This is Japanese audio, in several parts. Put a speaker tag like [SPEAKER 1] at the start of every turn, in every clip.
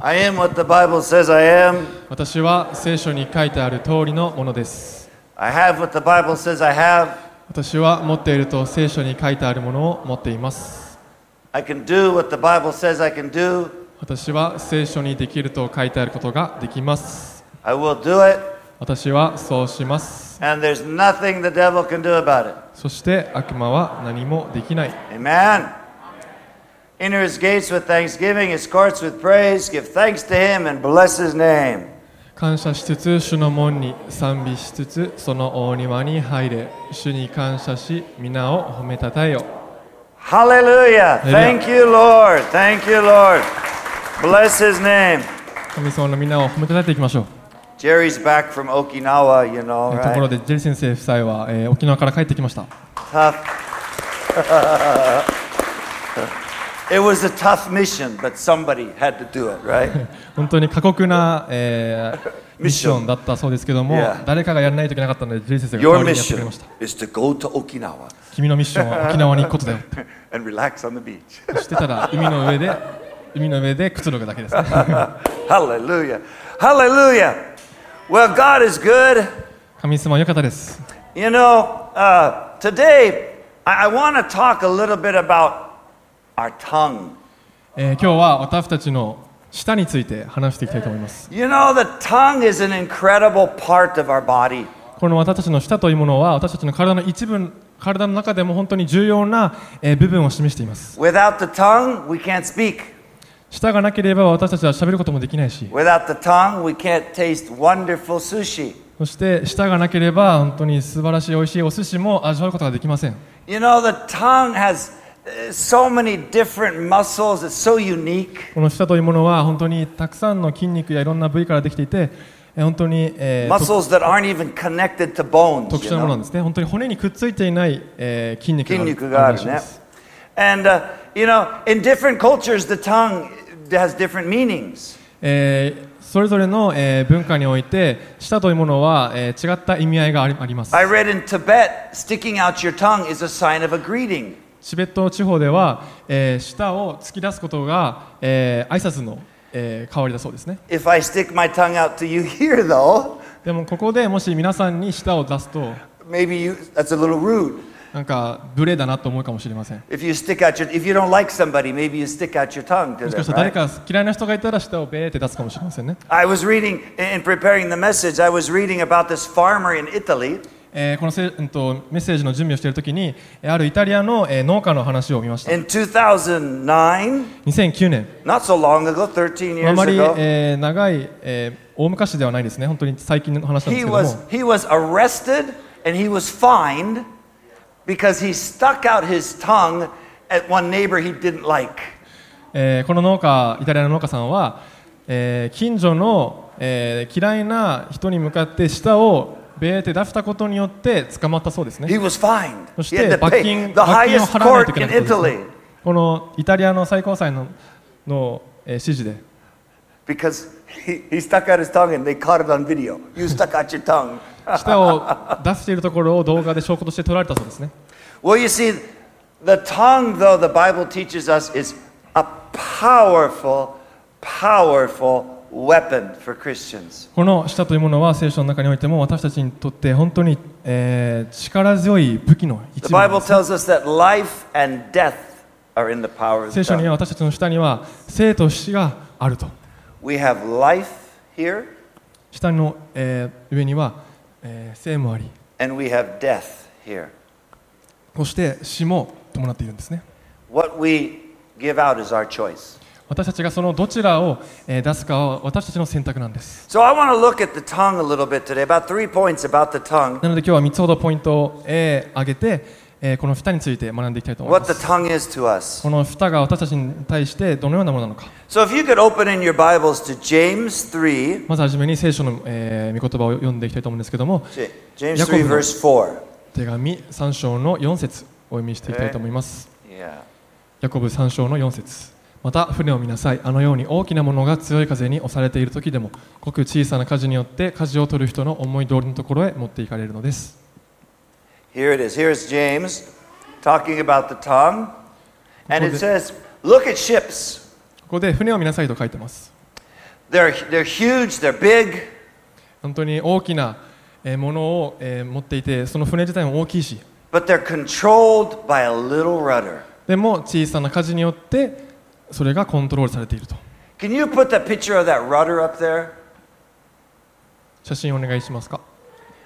[SPEAKER 1] I am what the Bible says I am.
[SPEAKER 2] 私は聖書に書いてある通りのものです
[SPEAKER 1] I have what the Bible says I have.
[SPEAKER 2] 私は持っていると聖書に書いてあるものを持っています
[SPEAKER 1] I can do what the Bible says I can do.
[SPEAKER 2] 私は聖書にできると書いてあることができます
[SPEAKER 1] I will do it,
[SPEAKER 2] 私はそうします
[SPEAKER 1] and there's nothing the devil can do about it.
[SPEAKER 2] そして悪魔は何もできない
[SPEAKER 1] Amen. Enter his gates with thanksgiving, his courts with praise. Give thanks to him and bless his name.
[SPEAKER 2] 感謝しつつ主の門に賛美しつつその大庭に入れ主に感謝し皆を褒めたたえよ
[SPEAKER 1] Hallelujah. Thank you, Lord. Thank you, Lord. Bless his name.
[SPEAKER 2] 神様の皆を褒めたたえていきましょう、
[SPEAKER 1] Jerry's back from Okinawa, you know,
[SPEAKER 2] ところ
[SPEAKER 1] right?
[SPEAKER 2] でジェリ先生夫妻は、えー沖縄から帰ってきました
[SPEAKER 1] Tough. it was a tough mission, but somebody had to do it, right?
[SPEAKER 2] 本当に過酷な、えー ミッションだったそうですけども、
[SPEAKER 1] Yeah.
[SPEAKER 2] 誰かがやらないといけなかったのでジェリ先生が代わ
[SPEAKER 1] Your
[SPEAKER 2] りにやってくれ
[SPEAKER 1] mission
[SPEAKER 2] ました
[SPEAKER 1] is to go to Okinawa
[SPEAKER 2] 君のミッションは沖縄に行くことだよって
[SPEAKER 1] and relax on the beach.
[SPEAKER 2] してたら海の上で海の上でくつろぐだ けですね
[SPEAKER 1] Hallelujah. Hallelujah. Well, God is good.
[SPEAKER 2] 神様良かったです
[SPEAKER 1] You know, uh, today I, I want to talk a little bit about our tongue.
[SPEAKER 2] えー今日は私たちの舌について話していきたいと思います
[SPEAKER 1] You know, the tongue is an incredible part of our body.
[SPEAKER 2] この私たちの舌というものは私たちの体の一部体の中でも本当に重要な、えー部分を示しています
[SPEAKER 1] Without the tongue, we can't speak.
[SPEAKER 2] 舌がなければ私たちは喋ることもできないし
[SPEAKER 1] Without the tongue, we can't taste wonderful sushi.
[SPEAKER 2] そして舌がなければ本当に素晴らしい美味しいお寿司も味わうことができません
[SPEAKER 1] You know, the tongue has uh, so many different muscles, it's so unique.
[SPEAKER 2] この舌というものは本当にたくさんの筋肉やいろんな部位からできていてえー本当に、えー
[SPEAKER 1] Muscles that aren't even connected to bones.
[SPEAKER 2] 特
[SPEAKER 1] you
[SPEAKER 2] 殊なも
[SPEAKER 1] know?
[SPEAKER 2] のなんですね本当に骨にくっついていない、えー筋肉がある
[SPEAKER 1] 筋肉がある
[SPEAKER 2] 感じ
[SPEAKER 1] ね
[SPEAKER 2] がします。
[SPEAKER 1] And uh, you know, in different cultures, the tongue has different meanings.
[SPEAKER 2] えーそれぞれの、えー文化において舌というものは、えー違った意味合いがありあります
[SPEAKER 1] I read in Tibet, sticking out your tongue is a sign of a greeting.
[SPEAKER 2] チベット地方では、えー舌を突き出すことが、えー挨拶の、えー代わりだそうですね
[SPEAKER 1] If I stick my tongue out to you here, though,
[SPEAKER 2] でもここでもし皆さんに舌を出すと
[SPEAKER 1] maybe you—that's a little rude.
[SPEAKER 2] なんか無礼だなと思うかもしれません
[SPEAKER 1] If you stick out your, if you don't like somebody, maybe you stick out your tongue to
[SPEAKER 2] もしか
[SPEAKER 1] them.
[SPEAKER 2] したら誰
[SPEAKER 1] Right?
[SPEAKER 2] か嫌いな人がいたら舌をベーって出すかもしれませんね、
[SPEAKER 1] I was reading in preparing the message. I was reading about this farmer in Italy,
[SPEAKER 2] えーこのせ、うん、とメッセージの準備をしているときにえーあるイタリアの、えー農家の話を見ました
[SPEAKER 1] In 2009,
[SPEAKER 2] 2009年
[SPEAKER 1] not so long ago, 13
[SPEAKER 2] あ
[SPEAKER 1] years
[SPEAKER 2] まり、
[SPEAKER 1] ago,
[SPEAKER 2] えー長い、えー大昔ではないですね本当に最近の話なんで
[SPEAKER 1] he
[SPEAKER 2] すけども
[SPEAKER 1] was, he was arrested and he was fined because he stuck out his tongue at one neighbor he didn't like.
[SPEAKER 2] えーこの農家イタリアの農家さんは、えー近所の、えー嫌いな人に向かって舌をベーって出したことによって捕まったそうですね
[SPEAKER 1] He was fined.
[SPEAKER 2] そ
[SPEAKER 1] He
[SPEAKER 2] し
[SPEAKER 1] had
[SPEAKER 2] て
[SPEAKER 1] to
[SPEAKER 2] 罰
[SPEAKER 1] pay
[SPEAKER 2] 金
[SPEAKER 1] the
[SPEAKER 2] 罰金を
[SPEAKER 1] highest
[SPEAKER 2] 払わないと
[SPEAKER 1] court
[SPEAKER 2] いけ
[SPEAKER 1] in
[SPEAKER 2] ないことですね
[SPEAKER 1] Italy
[SPEAKER 2] このイタリアの最高裁のの、えー指示で
[SPEAKER 1] because he, he stuck out his tongue and they caught it on video. You stuck out your tongue.
[SPEAKER 2] 舌を出しているところを動画で証拠として取られたそうですね
[SPEAKER 1] Well, you see, the tongue, though, the Bible teaches us, is a powerful, powerful weapon for Christians.
[SPEAKER 2] この舌というものは聖書の中においても私たちにとって本当に、えー力強い武器の
[SPEAKER 1] The
[SPEAKER 2] 一部なん
[SPEAKER 1] Bible
[SPEAKER 2] です
[SPEAKER 1] tells us that life and death are in the power of
[SPEAKER 2] 聖
[SPEAKER 1] the
[SPEAKER 2] 書
[SPEAKER 1] tongue.
[SPEAKER 2] には私たちの舌には生と死があると
[SPEAKER 1] We have life here
[SPEAKER 2] 舌の、えー上には、えー生もあり
[SPEAKER 1] and we have death here.
[SPEAKER 2] そして死も伴っているんですね
[SPEAKER 1] What we give out is our choice.
[SPEAKER 2] 私たちがそのどちらを、えー出すかは私たちの選択なんです
[SPEAKER 1] So I want to look at the tongue a little bit today, about three points about the tongue.
[SPEAKER 2] なので今日は3つほどポイントをえー挙げて、えーこの蓋について学んでいきたいと思い
[SPEAKER 1] What
[SPEAKER 2] ま
[SPEAKER 1] the
[SPEAKER 2] す。
[SPEAKER 1] tongue is to us.
[SPEAKER 2] この蓋が私たちに対してどのようなものなのか。
[SPEAKER 1] So if you could open in your Bibles to James 3,
[SPEAKER 2] まずはじめに聖書の、えー御言葉を読んでいきたいと思うんですけども、
[SPEAKER 1] J- James 3,
[SPEAKER 2] Yaakov.
[SPEAKER 1] verse 4.
[SPEAKER 2] 手紙3章の4節お読みしていきたいと思います。
[SPEAKER 1] Yeah.
[SPEAKER 2] ヤコブ3章の4節また船を見なさいあのように大きなものが強い風に押されている時でもごく小さな火事によって舵を取る人の思い通りのところへ持っていかれるのです
[SPEAKER 1] Here it is. Here's James talking about the tongue. And it
[SPEAKER 2] Okay.
[SPEAKER 1] says, Look at ships.
[SPEAKER 2] ここで船を見なさいと書いてます
[SPEAKER 1] They're, they're huge, they're big,
[SPEAKER 2] 本当に大きなえーものをえー持っていてその船自体も大きいし
[SPEAKER 1] but they're controlled by a little rudder.
[SPEAKER 2] でも小さな舵によってそれがコントロールされていると
[SPEAKER 1] Can you put the picture of that rudder up there?
[SPEAKER 2] 写真お願いしますか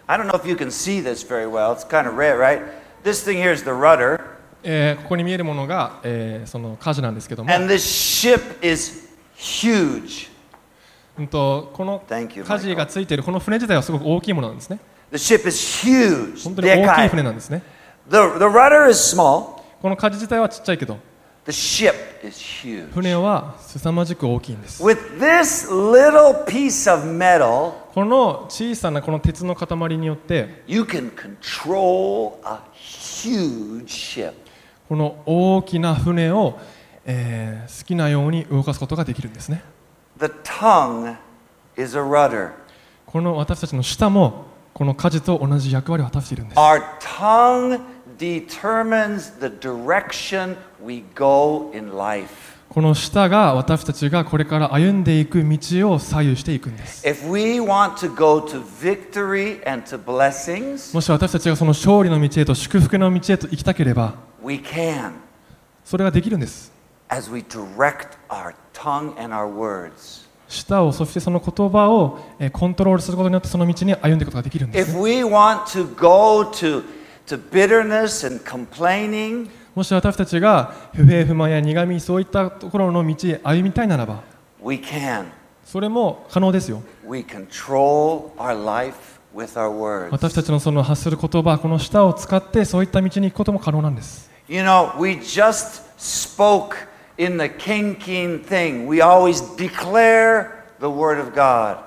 [SPEAKER 1] I don't know if you can see this very well. It's kind of rare, right? This thing here is the rudder,
[SPEAKER 2] えーここに見えるものが、えーその舵なんですけども、
[SPEAKER 1] and this ship is huge.
[SPEAKER 2] うん、とこの
[SPEAKER 1] Thank you,
[SPEAKER 2] 舵
[SPEAKER 1] Michael.
[SPEAKER 2] がついているこの船自体はすごく大きいものなんですね
[SPEAKER 1] The ship is huge.
[SPEAKER 2] 本当に大き
[SPEAKER 1] で
[SPEAKER 2] い船
[SPEAKER 1] かい。
[SPEAKER 2] なんですね
[SPEAKER 1] The, the rudder is small.
[SPEAKER 2] この舵自体はちっちゃいけど
[SPEAKER 1] The ship is huge.
[SPEAKER 2] 船は凄まじく大きいんです
[SPEAKER 1] With this little piece of metal,
[SPEAKER 2] この小さなこの鉄の塊によって
[SPEAKER 1] you can control a huge ship.
[SPEAKER 2] この大きな船を、えー好きなように動かすことができるんですね
[SPEAKER 1] The tongue is a rudder.
[SPEAKER 2] この私たちの舌もこの舵と同じ役割を果たしているんです
[SPEAKER 1] Our tongue determines the direction we go in life.
[SPEAKER 2] この舌が私たちがこれから歩んでいく道を左右していくんです
[SPEAKER 1] If we want to go to victory and to blessings,
[SPEAKER 2] もし私たちがその勝利の道へと祝福の道へと行きたければ
[SPEAKER 1] we can
[SPEAKER 2] それができるんです
[SPEAKER 1] as we direct our tongue and our words.
[SPEAKER 2] 舌をそしてその言葉をえーコントロールすることによってその道に歩んでいくことができるんです
[SPEAKER 1] If
[SPEAKER 2] ね、
[SPEAKER 1] we want to go to, to bitterness and complaining,
[SPEAKER 2] もし私たちが不平不満や苦みそういったところの道へ歩みたいならば
[SPEAKER 1] we can.
[SPEAKER 2] それも可能ですよ
[SPEAKER 1] We control our life with our words.
[SPEAKER 2] 私たちのその発する言葉この舌を使ってそういった道に行くことも可能なんです
[SPEAKER 1] You know, we just spoke in the King King thing. We always declare the Word of God.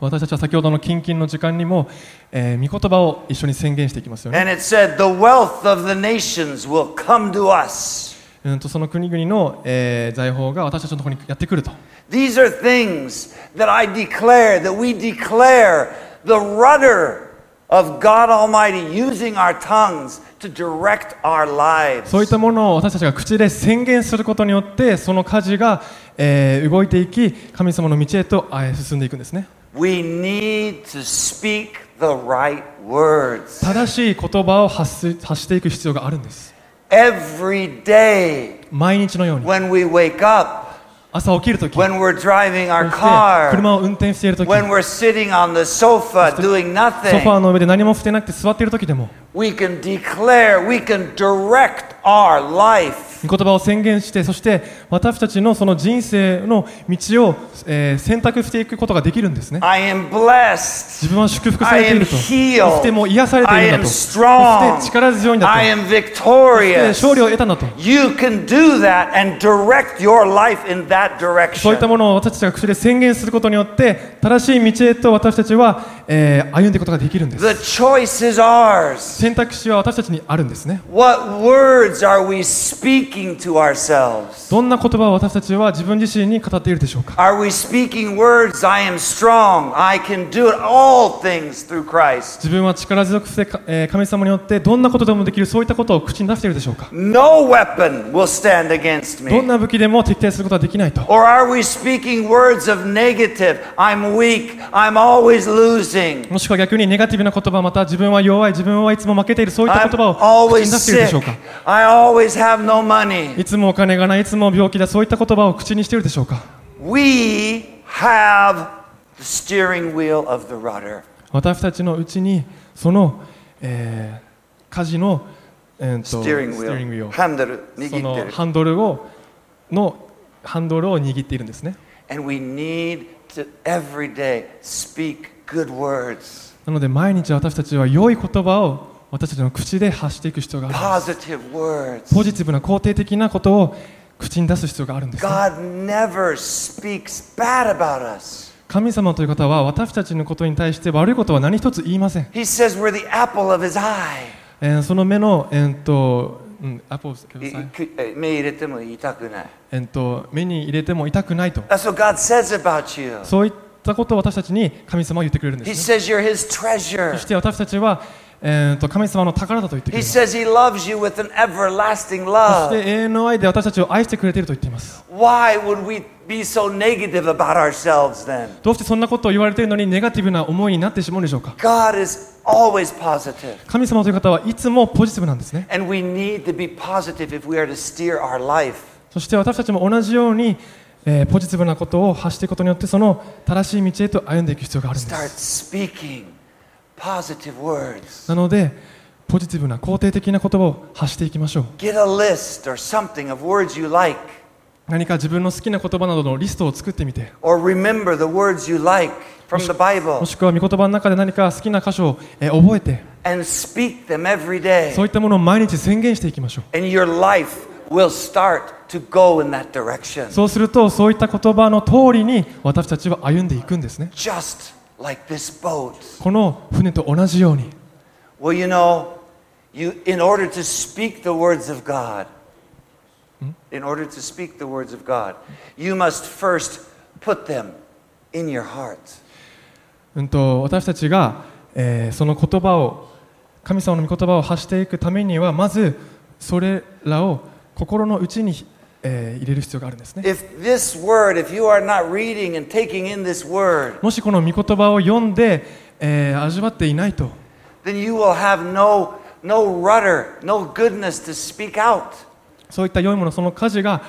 [SPEAKER 2] 私たちは先ほどの近々の時間にも、えー御言葉を一緒に宣言していきますよね。
[SPEAKER 1] And it said, The wealth of the nations will come to us.
[SPEAKER 2] うんとその国々の、えー財宝が私たちのところにやってくると。
[SPEAKER 1] These are things that I declare, that we declare the rudder of God Almighty using our tongues to direct our lives.
[SPEAKER 2] そういったものを私たちが口で宣言することによって、その舵が、えー動いていき、神様の道へとあー進んでいくんですね。
[SPEAKER 1] We need to speak the right words
[SPEAKER 2] 正しい言葉を発す発していく必要があるんです。
[SPEAKER 1] every day
[SPEAKER 2] 毎日のように、
[SPEAKER 1] when we wake up.
[SPEAKER 2] 朝起きるとき、そして
[SPEAKER 1] when we're driving our
[SPEAKER 2] 車
[SPEAKER 1] car,
[SPEAKER 2] を運転しているとき、
[SPEAKER 1] when
[SPEAKER 2] ソ
[SPEAKER 1] we're sitting on the sofa doing
[SPEAKER 2] ファー
[SPEAKER 1] nothing,
[SPEAKER 2] の上で何もしてなくて座っているときでも、
[SPEAKER 1] we can declare, we can direct our life.
[SPEAKER 2] 御言葉を宣言して、そして私たちのその人生の道を、えー選択していくことができるんですね。
[SPEAKER 1] I am blessed.
[SPEAKER 2] 自分は祝福されていると。そ
[SPEAKER 1] I am healed.
[SPEAKER 2] してもう癒されてい
[SPEAKER 1] I
[SPEAKER 2] る
[SPEAKER 1] am
[SPEAKER 2] んだと。そ
[SPEAKER 1] strong.
[SPEAKER 2] して力強いんだ
[SPEAKER 1] I
[SPEAKER 2] と。
[SPEAKER 1] am
[SPEAKER 2] で
[SPEAKER 1] victorious.
[SPEAKER 2] 勝利を得たんだと。
[SPEAKER 1] You can do that and direct your life in that
[SPEAKER 2] そういった
[SPEAKER 1] direction.
[SPEAKER 2] ものを私たちが口で宣言することによって、正しい道へと私たちは、えー歩んでいくことができるんです。
[SPEAKER 1] The choice is ours.
[SPEAKER 2] 選択肢は私たちにあるんですね。
[SPEAKER 1] What words are we speaking to ourselves?
[SPEAKER 2] どんな言葉を私たちは自分自身に語っているでしょうか
[SPEAKER 1] Are we speaking words, I am strong, I can do it all things through Christ?
[SPEAKER 2] 自分は力強くしてか、えー神様によってどんなことでもできるそういったことを口に出しているでしょうか
[SPEAKER 1] No weapon will stand against
[SPEAKER 2] どん
[SPEAKER 1] me.
[SPEAKER 2] な武器でも敵対することはできないと
[SPEAKER 1] Or are we speaking words of negative, I'm weak, I'm always losing,
[SPEAKER 2] もしくは逆にネガティブな言葉また自分は弱い自分はいつも負けているそういった言
[SPEAKER 1] I'm
[SPEAKER 2] 葉を口
[SPEAKER 1] always
[SPEAKER 2] に出しているで
[SPEAKER 1] sick,
[SPEAKER 2] しょうか
[SPEAKER 1] I always have no money?
[SPEAKER 2] いつもお金がないいつも病気だそういった言葉を口にしているでしょうか
[SPEAKER 1] We have the steering wheel of the rudder.
[SPEAKER 2] 私たちのうちにその、えー、舵の、えー、と
[SPEAKER 1] Steering
[SPEAKER 2] スティリングウィ
[SPEAKER 1] wheel.
[SPEAKER 2] ル
[SPEAKER 1] Handle,
[SPEAKER 2] その
[SPEAKER 1] 握ってる。
[SPEAKER 2] ハンドルをのハンドルを握っているんですね
[SPEAKER 1] And we need to every day speak good words.
[SPEAKER 2] なので毎日私たちは良い言葉を私たちの口で発していく必要があるんです
[SPEAKER 1] positive words.
[SPEAKER 2] ポジティブな肯定的なことを口に出す必要があるんですね、
[SPEAKER 1] God never speaks bad about us.
[SPEAKER 2] 神様という方は私たちのことに対して悪いことは何一つ言いません
[SPEAKER 1] He says we're the apple of his eye.
[SPEAKER 2] えーその目の、えーっとうん、アポ
[SPEAKER 1] いくえ目入れても痛くない。
[SPEAKER 2] えーっと目に入れても痛くないと
[SPEAKER 1] That's what God says about you.
[SPEAKER 2] そういったことを私たちに神様は言ってくれるんで
[SPEAKER 1] He
[SPEAKER 2] す、ね、
[SPEAKER 1] says you're his
[SPEAKER 2] そ
[SPEAKER 1] treasure.
[SPEAKER 2] して私たちは、えー、と神様の宝だと言ってく
[SPEAKER 1] He
[SPEAKER 2] れます。
[SPEAKER 1] says he loves you with an everlasting
[SPEAKER 2] そし
[SPEAKER 1] love.
[SPEAKER 2] て永遠の愛で私たちを愛してくれていると言っています。
[SPEAKER 1] Why would we be so negative about ourselves then?
[SPEAKER 2] どうしてそんなことを言われているのにネガティブな思いになってしまうんでしょうか
[SPEAKER 1] God is always positive,
[SPEAKER 2] 神様という方はいつもポジティブなんですね。
[SPEAKER 1] and we need to be positive if we are to steer our life.
[SPEAKER 2] そして私たちも同じように、えーポジティブなことを発していくことによってその正しい道へと歩んでいく必要があるんで
[SPEAKER 1] Start
[SPEAKER 2] す。
[SPEAKER 1] speaking positive words.
[SPEAKER 2] なのでポジティブな肯定的な言葉を発していきましょう。
[SPEAKER 1] Get a list or something of words you like,
[SPEAKER 2] 何か自分の好きな言葉などのリストを作ってみて
[SPEAKER 1] or remember the words you like from the
[SPEAKER 2] も
[SPEAKER 1] Bible
[SPEAKER 2] しくは御言葉の中で何か好きな箇所を、えー覚えて
[SPEAKER 1] and speak them every day.
[SPEAKER 2] そういったものを毎日宣言していきましょう
[SPEAKER 1] And your life will start to go in that direction.
[SPEAKER 2] そうするとそういった言葉の通りに私たちは歩んでいくんですね
[SPEAKER 1] Just like this boat.
[SPEAKER 2] この船と同じように
[SPEAKER 1] Well, you know, you, in order to speak the words of God, in order to speak the words of God, you must first put them in your heart.
[SPEAKER 2] うんと私たちが、えーその言葉を神様の御言葉を発していくためにはまずそれらを心の内に、えー入れる必要があるんですね
[SPEAKER 1] If this word, if you are not reading and taking in this word,
[SPEAKER 2] もしこの御言葉を読んで、えー味わっていないと
[SPEAKER 1] then you will have no, no rudder, no goodness to speak out.
[SPEAKER 2] そういった良いものその家事が、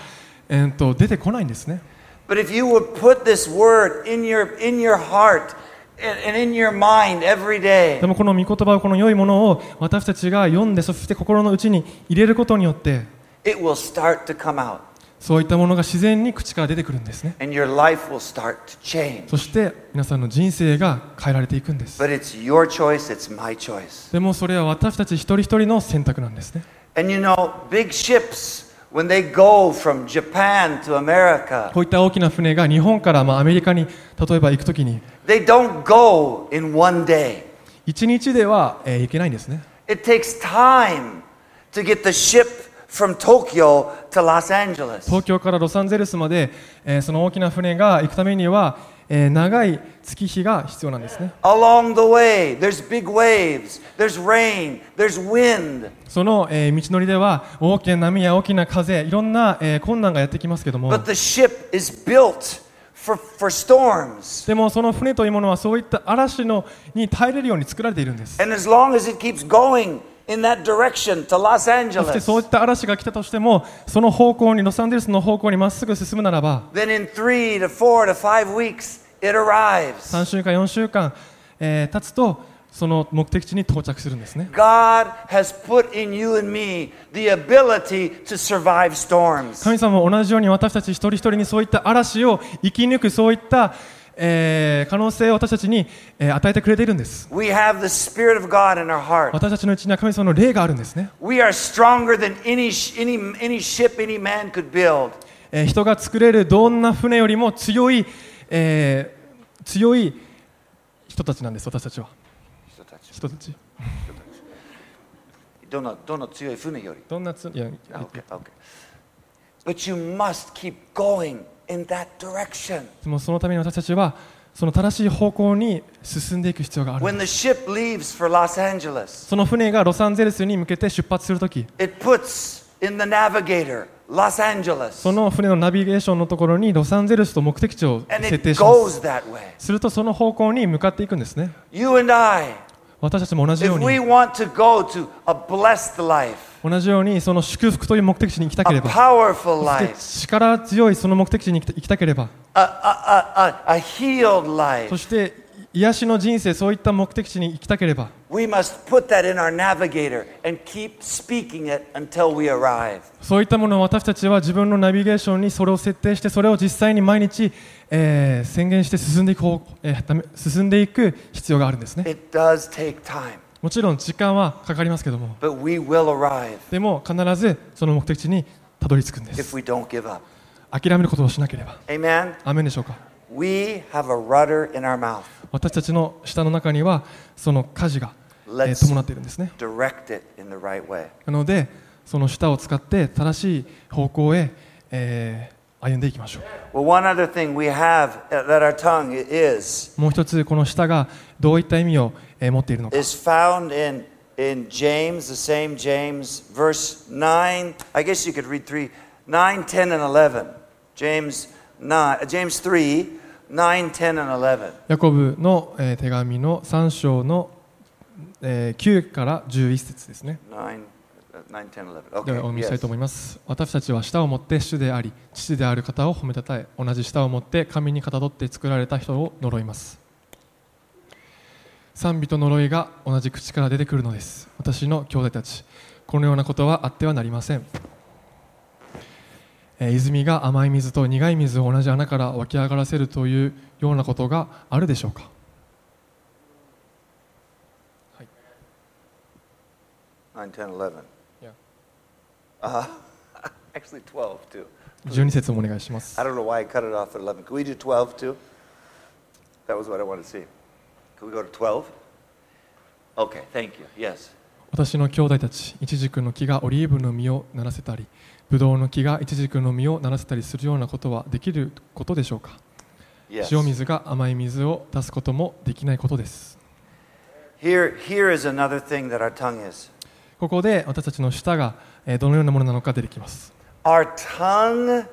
[SPEAKER 2] えー、と出てこないんですね
[SPEAKER 1] But if you would put this word in your, in your heart and, and in your mind every day,
[SPEAKER 2] でもこの御言葉をこの良いものを私たちが読んでそして心の内に入れることによって
[SPEAKER 1] it will start to come out
[SPEAKER 2] そういったものが自然に口から出てくるんですね
[SPEAKER 1] and your life will start to change.
[SPEAKER 2] そして皆さんの人生が変えられていくんです
[SPEAKER 1] But it's your choice, it's my choice.
[SPEAKER 2] でもそれは私たち一人一人の選択なんですね
[SPEAKER 1] And you know, big ships, when they go from Japan to America,
[SPEAKER 2] こういった大きな船が日本からまあアメリカに例えば行くときに
[SPEAKER 1] they don't go in one day.
[SPEAKER 2] 1日では、えー行けないんですね
[SPEAKER 1] It takes time to get the ship from Tokyo to Los Angeles.
[SPEAKER 2] 東京からロサンゼルスまで、えーその大きな船が行くためには、えー長い月日が必要なんですね
[SPEAKER 1] Along the way, there's big waves, there's rain, there's wind.
[SPEAKER 2] その、えー道のりでは大きな波や大きな風いろんな、えー困難がやってきますけども
[SPEAKER 1] But the ship is built for, for storms.
[SPEAKER 2] でもその船というものはそういった嵐のに耐えれるように作られているんです。
[SPEAKER 1] And as long as it keeps going in that direction to Los
[SPEAKER 2] そして
[SPEAKER 1] Angeles,
[SPEAKER 2] そういった嵐が来たとしてもその方向にロサンゼルスの方向にまっすぐ進むならば
[SPEAKER 1] then in three to four to five weeks, it arrives.
[SPEAKER 2] 3週間4週間、えー経つとその目的地に到着するんですね。
[SPEAKER 1] God has put in you and me the ability to survive storms.
[SPEAKER 2] 神様も同じように私たち一人一人にそういった嵐を生き抜くそういった、えー可能性を私たちに、えー与えてくれているんです。
[SPEAKER 1] We have the Spirit of God in our heart.
[SPEAKER 2] 私たちのうちには神様の霊があるんですね。
[SPEAKER 1] We are stronger than any, sh- any, any ship any man could build.
[SPEAKER 2] えー人が作れるどんな船よりも強い、えー強い人たちなんです私たちは人たち
[SPEAKER 1] どんな、どんな強い船より。
[SPEAKER 2] どんなついや
[SPEAKER 1] Ah, Okay, okay. But you must keep going in that direction.
[SPEAKER 2] でもそのために私たちはその正しい方向に進んでいく必要がある
[SPEAKER 1] When the ship leaves for Los Angeles,
[SPEAKER 2] その船がロサンゼルスに向けて出発するとき
[SPEAKER 1] it puts in the navigator Los Angeles.
[SPEAKER 2] その船のナビゲーションのところにロサンゼルスと目的地を
[SPEAKER 1] And
[SPEAKER 2] 設
[SPEAKER 1] it
[SPEAKER 2] 定します
[SPEAKER 1] goes that way.
[SPEAKER 2] するとその方向に向かっていくんですね
[SPEAKER 1] You and I,
[SPEAKER 2] 私たちも同じよ
[SPEAKER 1] if
[SPEAKER 2] う
[SPEAKER 1] we
[SPEAKER 2] に
[SPEAKER 1] want to go to a blessed life,
[SPEAKER 2] 同じようにその祝福という目的地に行きたけ
[SPEAKER 1] a
[SPEAKER 2] れば
[SPEAKER 1] powerful
[SPEAKER 2] そして
[SPEAKER 1] life,
[SPEAKER 2] 力強いその目的地に行きた行きたければ
[SPEAKER 1] a, a, a, a, a healed
[SPEAKER 2] そ
[SPEAKER 1] life,
[SPEAKER 2] して癒しの人生そういった目的地に行きたければ
[SPEAKER 1] we must put that in our navigator and keep speaking it until we arrive.
[SPEAKER 2] そういったものを私たちは自分のナビゲーションにそれを設定してそれを実際に毎日、えー宣言して進んでいく方、えーため進んでいく必要があるんですね
[SPEAKER 1] It does take time,
[SPEAKER 2] もちろん時間はかかりますけども
[SPEAKER 1] but we will arrive
[SPEAKER 2] でも必ずその目的地にたどり着くんで
[SPEAKER 1] if
[SPEAKER 2] す
[SPEAKER 1] we don't give up.
[SPEAKER 2] 諦めることをしなければ
[SPEAKER 1] Amen?
[SPEAKER 2] アーメンでしょうか
[SPEAKER 1] We have a rudder in our mouth.
[SPEAKER 2] 私たちの舌の中にはその火事が、えー
[SPEAKER 1] Let's-
[SPEAKER 2] 伴っているんですね
[SPEAKER 1] Direct it in the right way.
[SPEAKER 2] なのでその舌を使って正しい方向へ、えー歩んでいきましょう
[SPEAKER 1] Well, one other thing we have uh, that our tongue is,
[SPEAKER 2] もう一つこの舌がどういった意味をえー持っているのか
[SPEAKER 1] is found in in James, the same James, verse 9. I guess you could read 3, 9, 10, and 11. James, 9, James 3, 9, 10, and 11.
[SPEAKER 2] ヤコブの、えー手紙の3章の、えー9から11節ですね。
[SPEAKER 1] 9, uh, 9 10, 11.
[SPEAKER 2] ではお
[SPEAKER 1] Okay.
[SPEAKER 2] 読みしたい
[SPEAKER 1] yes.
[SPEAKER 2] と思います。私たちは舌を持って主であり、父である方を褒めたたえ、同じ舌を持って神にかたどって作られた人を呪います。賛美と呪いが同じ口から出てくるのです。私の兄弟たち、このようなことはあってはなりません。えー泉が甘い水と苦い水を同じ穴から湧き上がらせるというようなことがあるでしょうか。
[SPEAKER 1] 9, 10, 11.
[SPEAKER 2] Yeah.
[SPEAKER 1] Uh, actually, 12, too.
[SPEAKER 2] 12節もお願いします
[SPEAKER 1] I。don't know why I cut it off at 11. Can we do 12 too? That was what I wanted to see. Can we go to 12? Okay, thank you. Yes.
[SPEAKER 2] 私の兄弟たち、イチジクの木がオリーブの実をならせたり、ブドウの木がイチジクの実をならせたりするようなことはできることでしょうか、
[SPEAKER 1] Yes.
[SPEAKER 2] 塩水が甘い水を出すこともできないことです。
[SPEAKER 1] Here, here is another thing that our tongue is.
[SPEAKER 2] ここで私たちの舌がえーどのようなものなのか出てきます。
[SPEAKER 1] Our tongue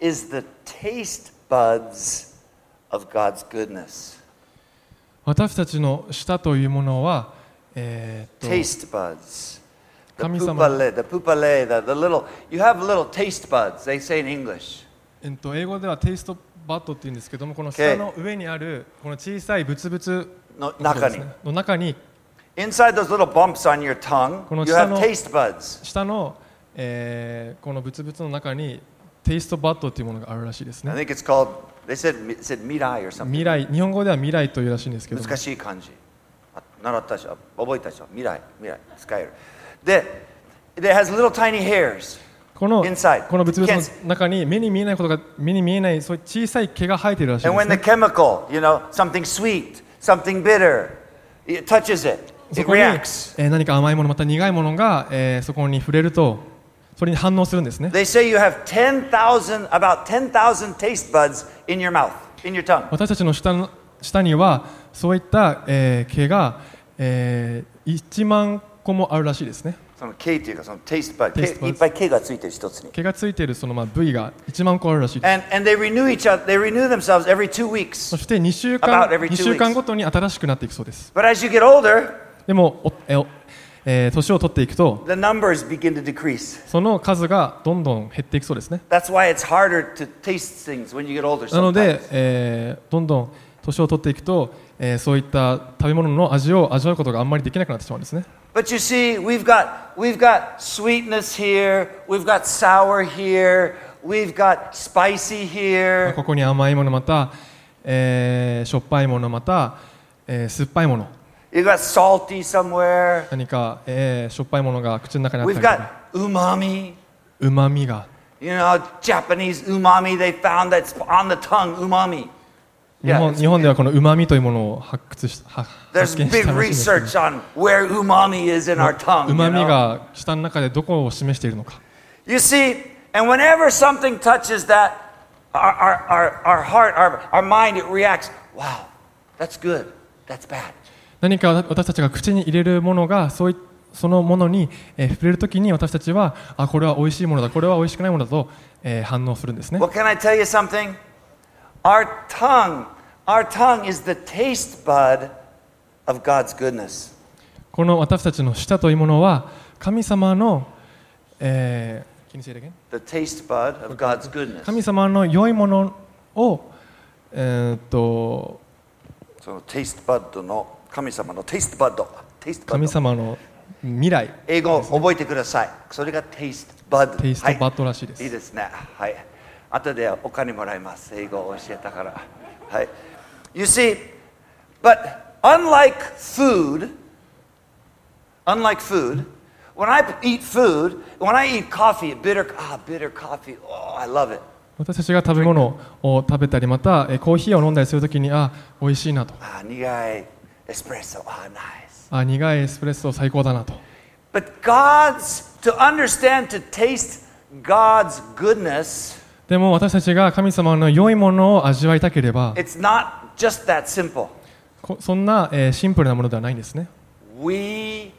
[SPEAKER 1] is the taste buds of God's goodness.
[SPEAKER 2] 私たちの舌というものは、えーっと
[SPEAKER 1] Taste buds. The
[SPEAKER 2] 神様。
[SPEAKER 1] pupale, the pupale, the, the little, you have little taste buds, they say in English.
[SPEAKER 2] えーっと英語ではテイストバットっていうんですけども、この舌の上にあるこの小さいブツブツ
[SPEAKER 1] No,
[SPEAKER 2] のことです
[SPEAKER 1] nakani.
[SPEAKER 2] ねの中に
[SPEAKER 1] Inside those little bumps on your tongue,
[SPEAKER 2] この
[SPEAKER 1] you have
[SPEAKER 2] 舌の-
[SPEAKER 1] taste buds.
[SPEAKER 2] 下の、えーこのブツブツの中にテイストバットというものがあるらしいです
[SPEAKER 1] I
[SPEAKER 2] ね
[SPEAKER 1] think it's called, they said, it said mirai or something.
[SPEAKER 2] 未来日本語では未来というらしいんですけども
[SPEAKER 1] 難しい漢字。あ習ったでしょ覚えたでしょ未来、未来、使える。で、it has little tiny hairs.
[SPEAKER 2] この
[SPEAKER 1] inside
[SPEAKER 2] このブツブツの中に目に見えないことが目に見えないそういう小さい毛が生えているらしい
[SPEAKER 1] And
[SPEAKER 2] です、
[SPEAKER 1] when the
[SPEAKER 2] ね、
[SPEAKER 1] chemical, you know, something sweet, something bitter, it touches it,
[SPEAKER 2] そ
[SPEAKER 1] it
[SPEAKER 2] こに、え
[SPEAKER 1] reacts.
[SPEAKER 2] ー何か甘いものまた苦いものが、えーそこに触れるとそれに反応するんですね
[SPEAKER 1] They say you have 10,000, about 10,000 taste buds in your mouth, in your tongue.
[SPEAKER 2] 私たちの下の下にはそういった、えー毛が、えー1万個もあるらしいですね
[SPEAKER 1] その K というか、その taste bud、
[SPEAKER 2] taste buds
[SPEAKER 1] いっぱい K がついてる一つに。
[SPEAKER 2] 毛がついているそのまあ部位が1万個あるらしいです
[SPEAKER 1] And, and they renew each other, they renew themselves every two weeks.
[SPEAKER 2] そして2週
[SPEAKER 1] About
[SPEAKER 2] 間
[SPEAKER 1] every two
[SPEAKER 2] 2週間ごとに新しくなっていくそうです。
[SPEAKER 1] But as you get older,
[SPEAKER 2] でも、おえおえー年を取っていくと、
[SPEAKER 1] the numbers begin to decrease.
[SPEAKER 2] その数がどんどん減っていくそうですね。
[SPEAKER 1] That's why it's harder to taste things when you get older.
[SPEAKER 2] なの
[SPEAKER 1] Sometimes.
[SPEAKER 2] で、えーどんどん年を取っていくと、えーそういった食べ物の味を味わうことがあんまりできなくなってしまうんですね。
[SPEAKER 1] but you see, we've got we've got sweetness here, we've got sour here, we've got spicy
[SPEAKER 2] まあ
[SPEAKER 1] here.
[SPEAKER 2] ここに甘いもの、また、えーしょっぱいもの、また、えー酸っぱいもの、
[SPEAKER 1] You've got salty somewhere.
[SPEAKER 2] 何か、えーしょっぱいものが口の中にあったり
[SPEAKER 1] We've
[SPEAKER 2] とか、
[SPEAKER 1] got umami.
[SPEAKER 2] うまみが、
[SPEAKER 1] You know, Japanese umami. They found that's on the tongue. Umami.
[SPEAKER 2] 日
[SPEAKER 1] Yeah,
[SPEAKER 2] 本
[SPEAKER 1] it's-
[SPEAKER 2] 日本ではこのうまみというものを発掘しは
[SPEAKER 1] there's
[SPEAKER 2] 発見し
[SPEAKER 1] big
[SPEAKER 2] たらしいんですけど
[SPEAKER 1] research on where umami is in our tongue.
[SPEAKER 2] う
[SPEAKER 1] you
[SPEAKER 2] まみ
[SPEAKER 1] know?
[SPEAKER 2] が舌の中でどこを示しているのか
[SPEAKER 1] You see, and whenever something touches that, our, our, our, our heart, our, our mind, it reacts. Wow, that's good. That's bad.
[SPEAKER 2] 何か私たちが口に入れるものがそういそのものに、えー触れるときに私たちはあこれは美味しいものだこれは美味しくないものだと、えー反応するんですね
[SPEAKER 1] Well, can I tell you something? Our tongue, our tongue is the taste bud of God's goodness.
[SPEAKER 2] この私たちの舌というものは神様の、えー Can you say it again?
[SPEAKER 1] The taste bud of God's goodness.
[SPEAKER 2] 神様の良いものを、えーっと
[SPEAKER 1] So taste bud の神様の taste bud taste
[SPEAKER 2] 神
[SPEAKER 1] bud
[SPEAKER 2] 様の未来
[SPEAKER 1] 英語を覚えてください。それが taste bud。
[SPEAKER 2] テイストバットらしいです、
[SPEAKER 1] いいですね。はい。後でお金もらいます。英語を教えたから。はい。You see, but unlike food, unlike food, when I eat food, when I eat coffee, bitter, ah, bitter coffee, oh, I love it.
[SPEAKER 2] 私たちが食べ物を食べたりまた、えーコーヒーを飲んだりするときにあ美味しいなと
[SPEAKER 1] Ah, 苦いエスプレッソ、ah, nice.
[SPEAKER 2] あ苦いエスプレッソ最高だなと
[SPEAKER 1] But God's, to understand, to taste God's goodness,
[SPEAKER 2] でも私たちが神様の良いものを味わいたければ
[SPEAKER 1] it's not just that simple.
[SPEAKER 2] こそんな、えーシンプルなものではないんですね
[SPEAKER 1] We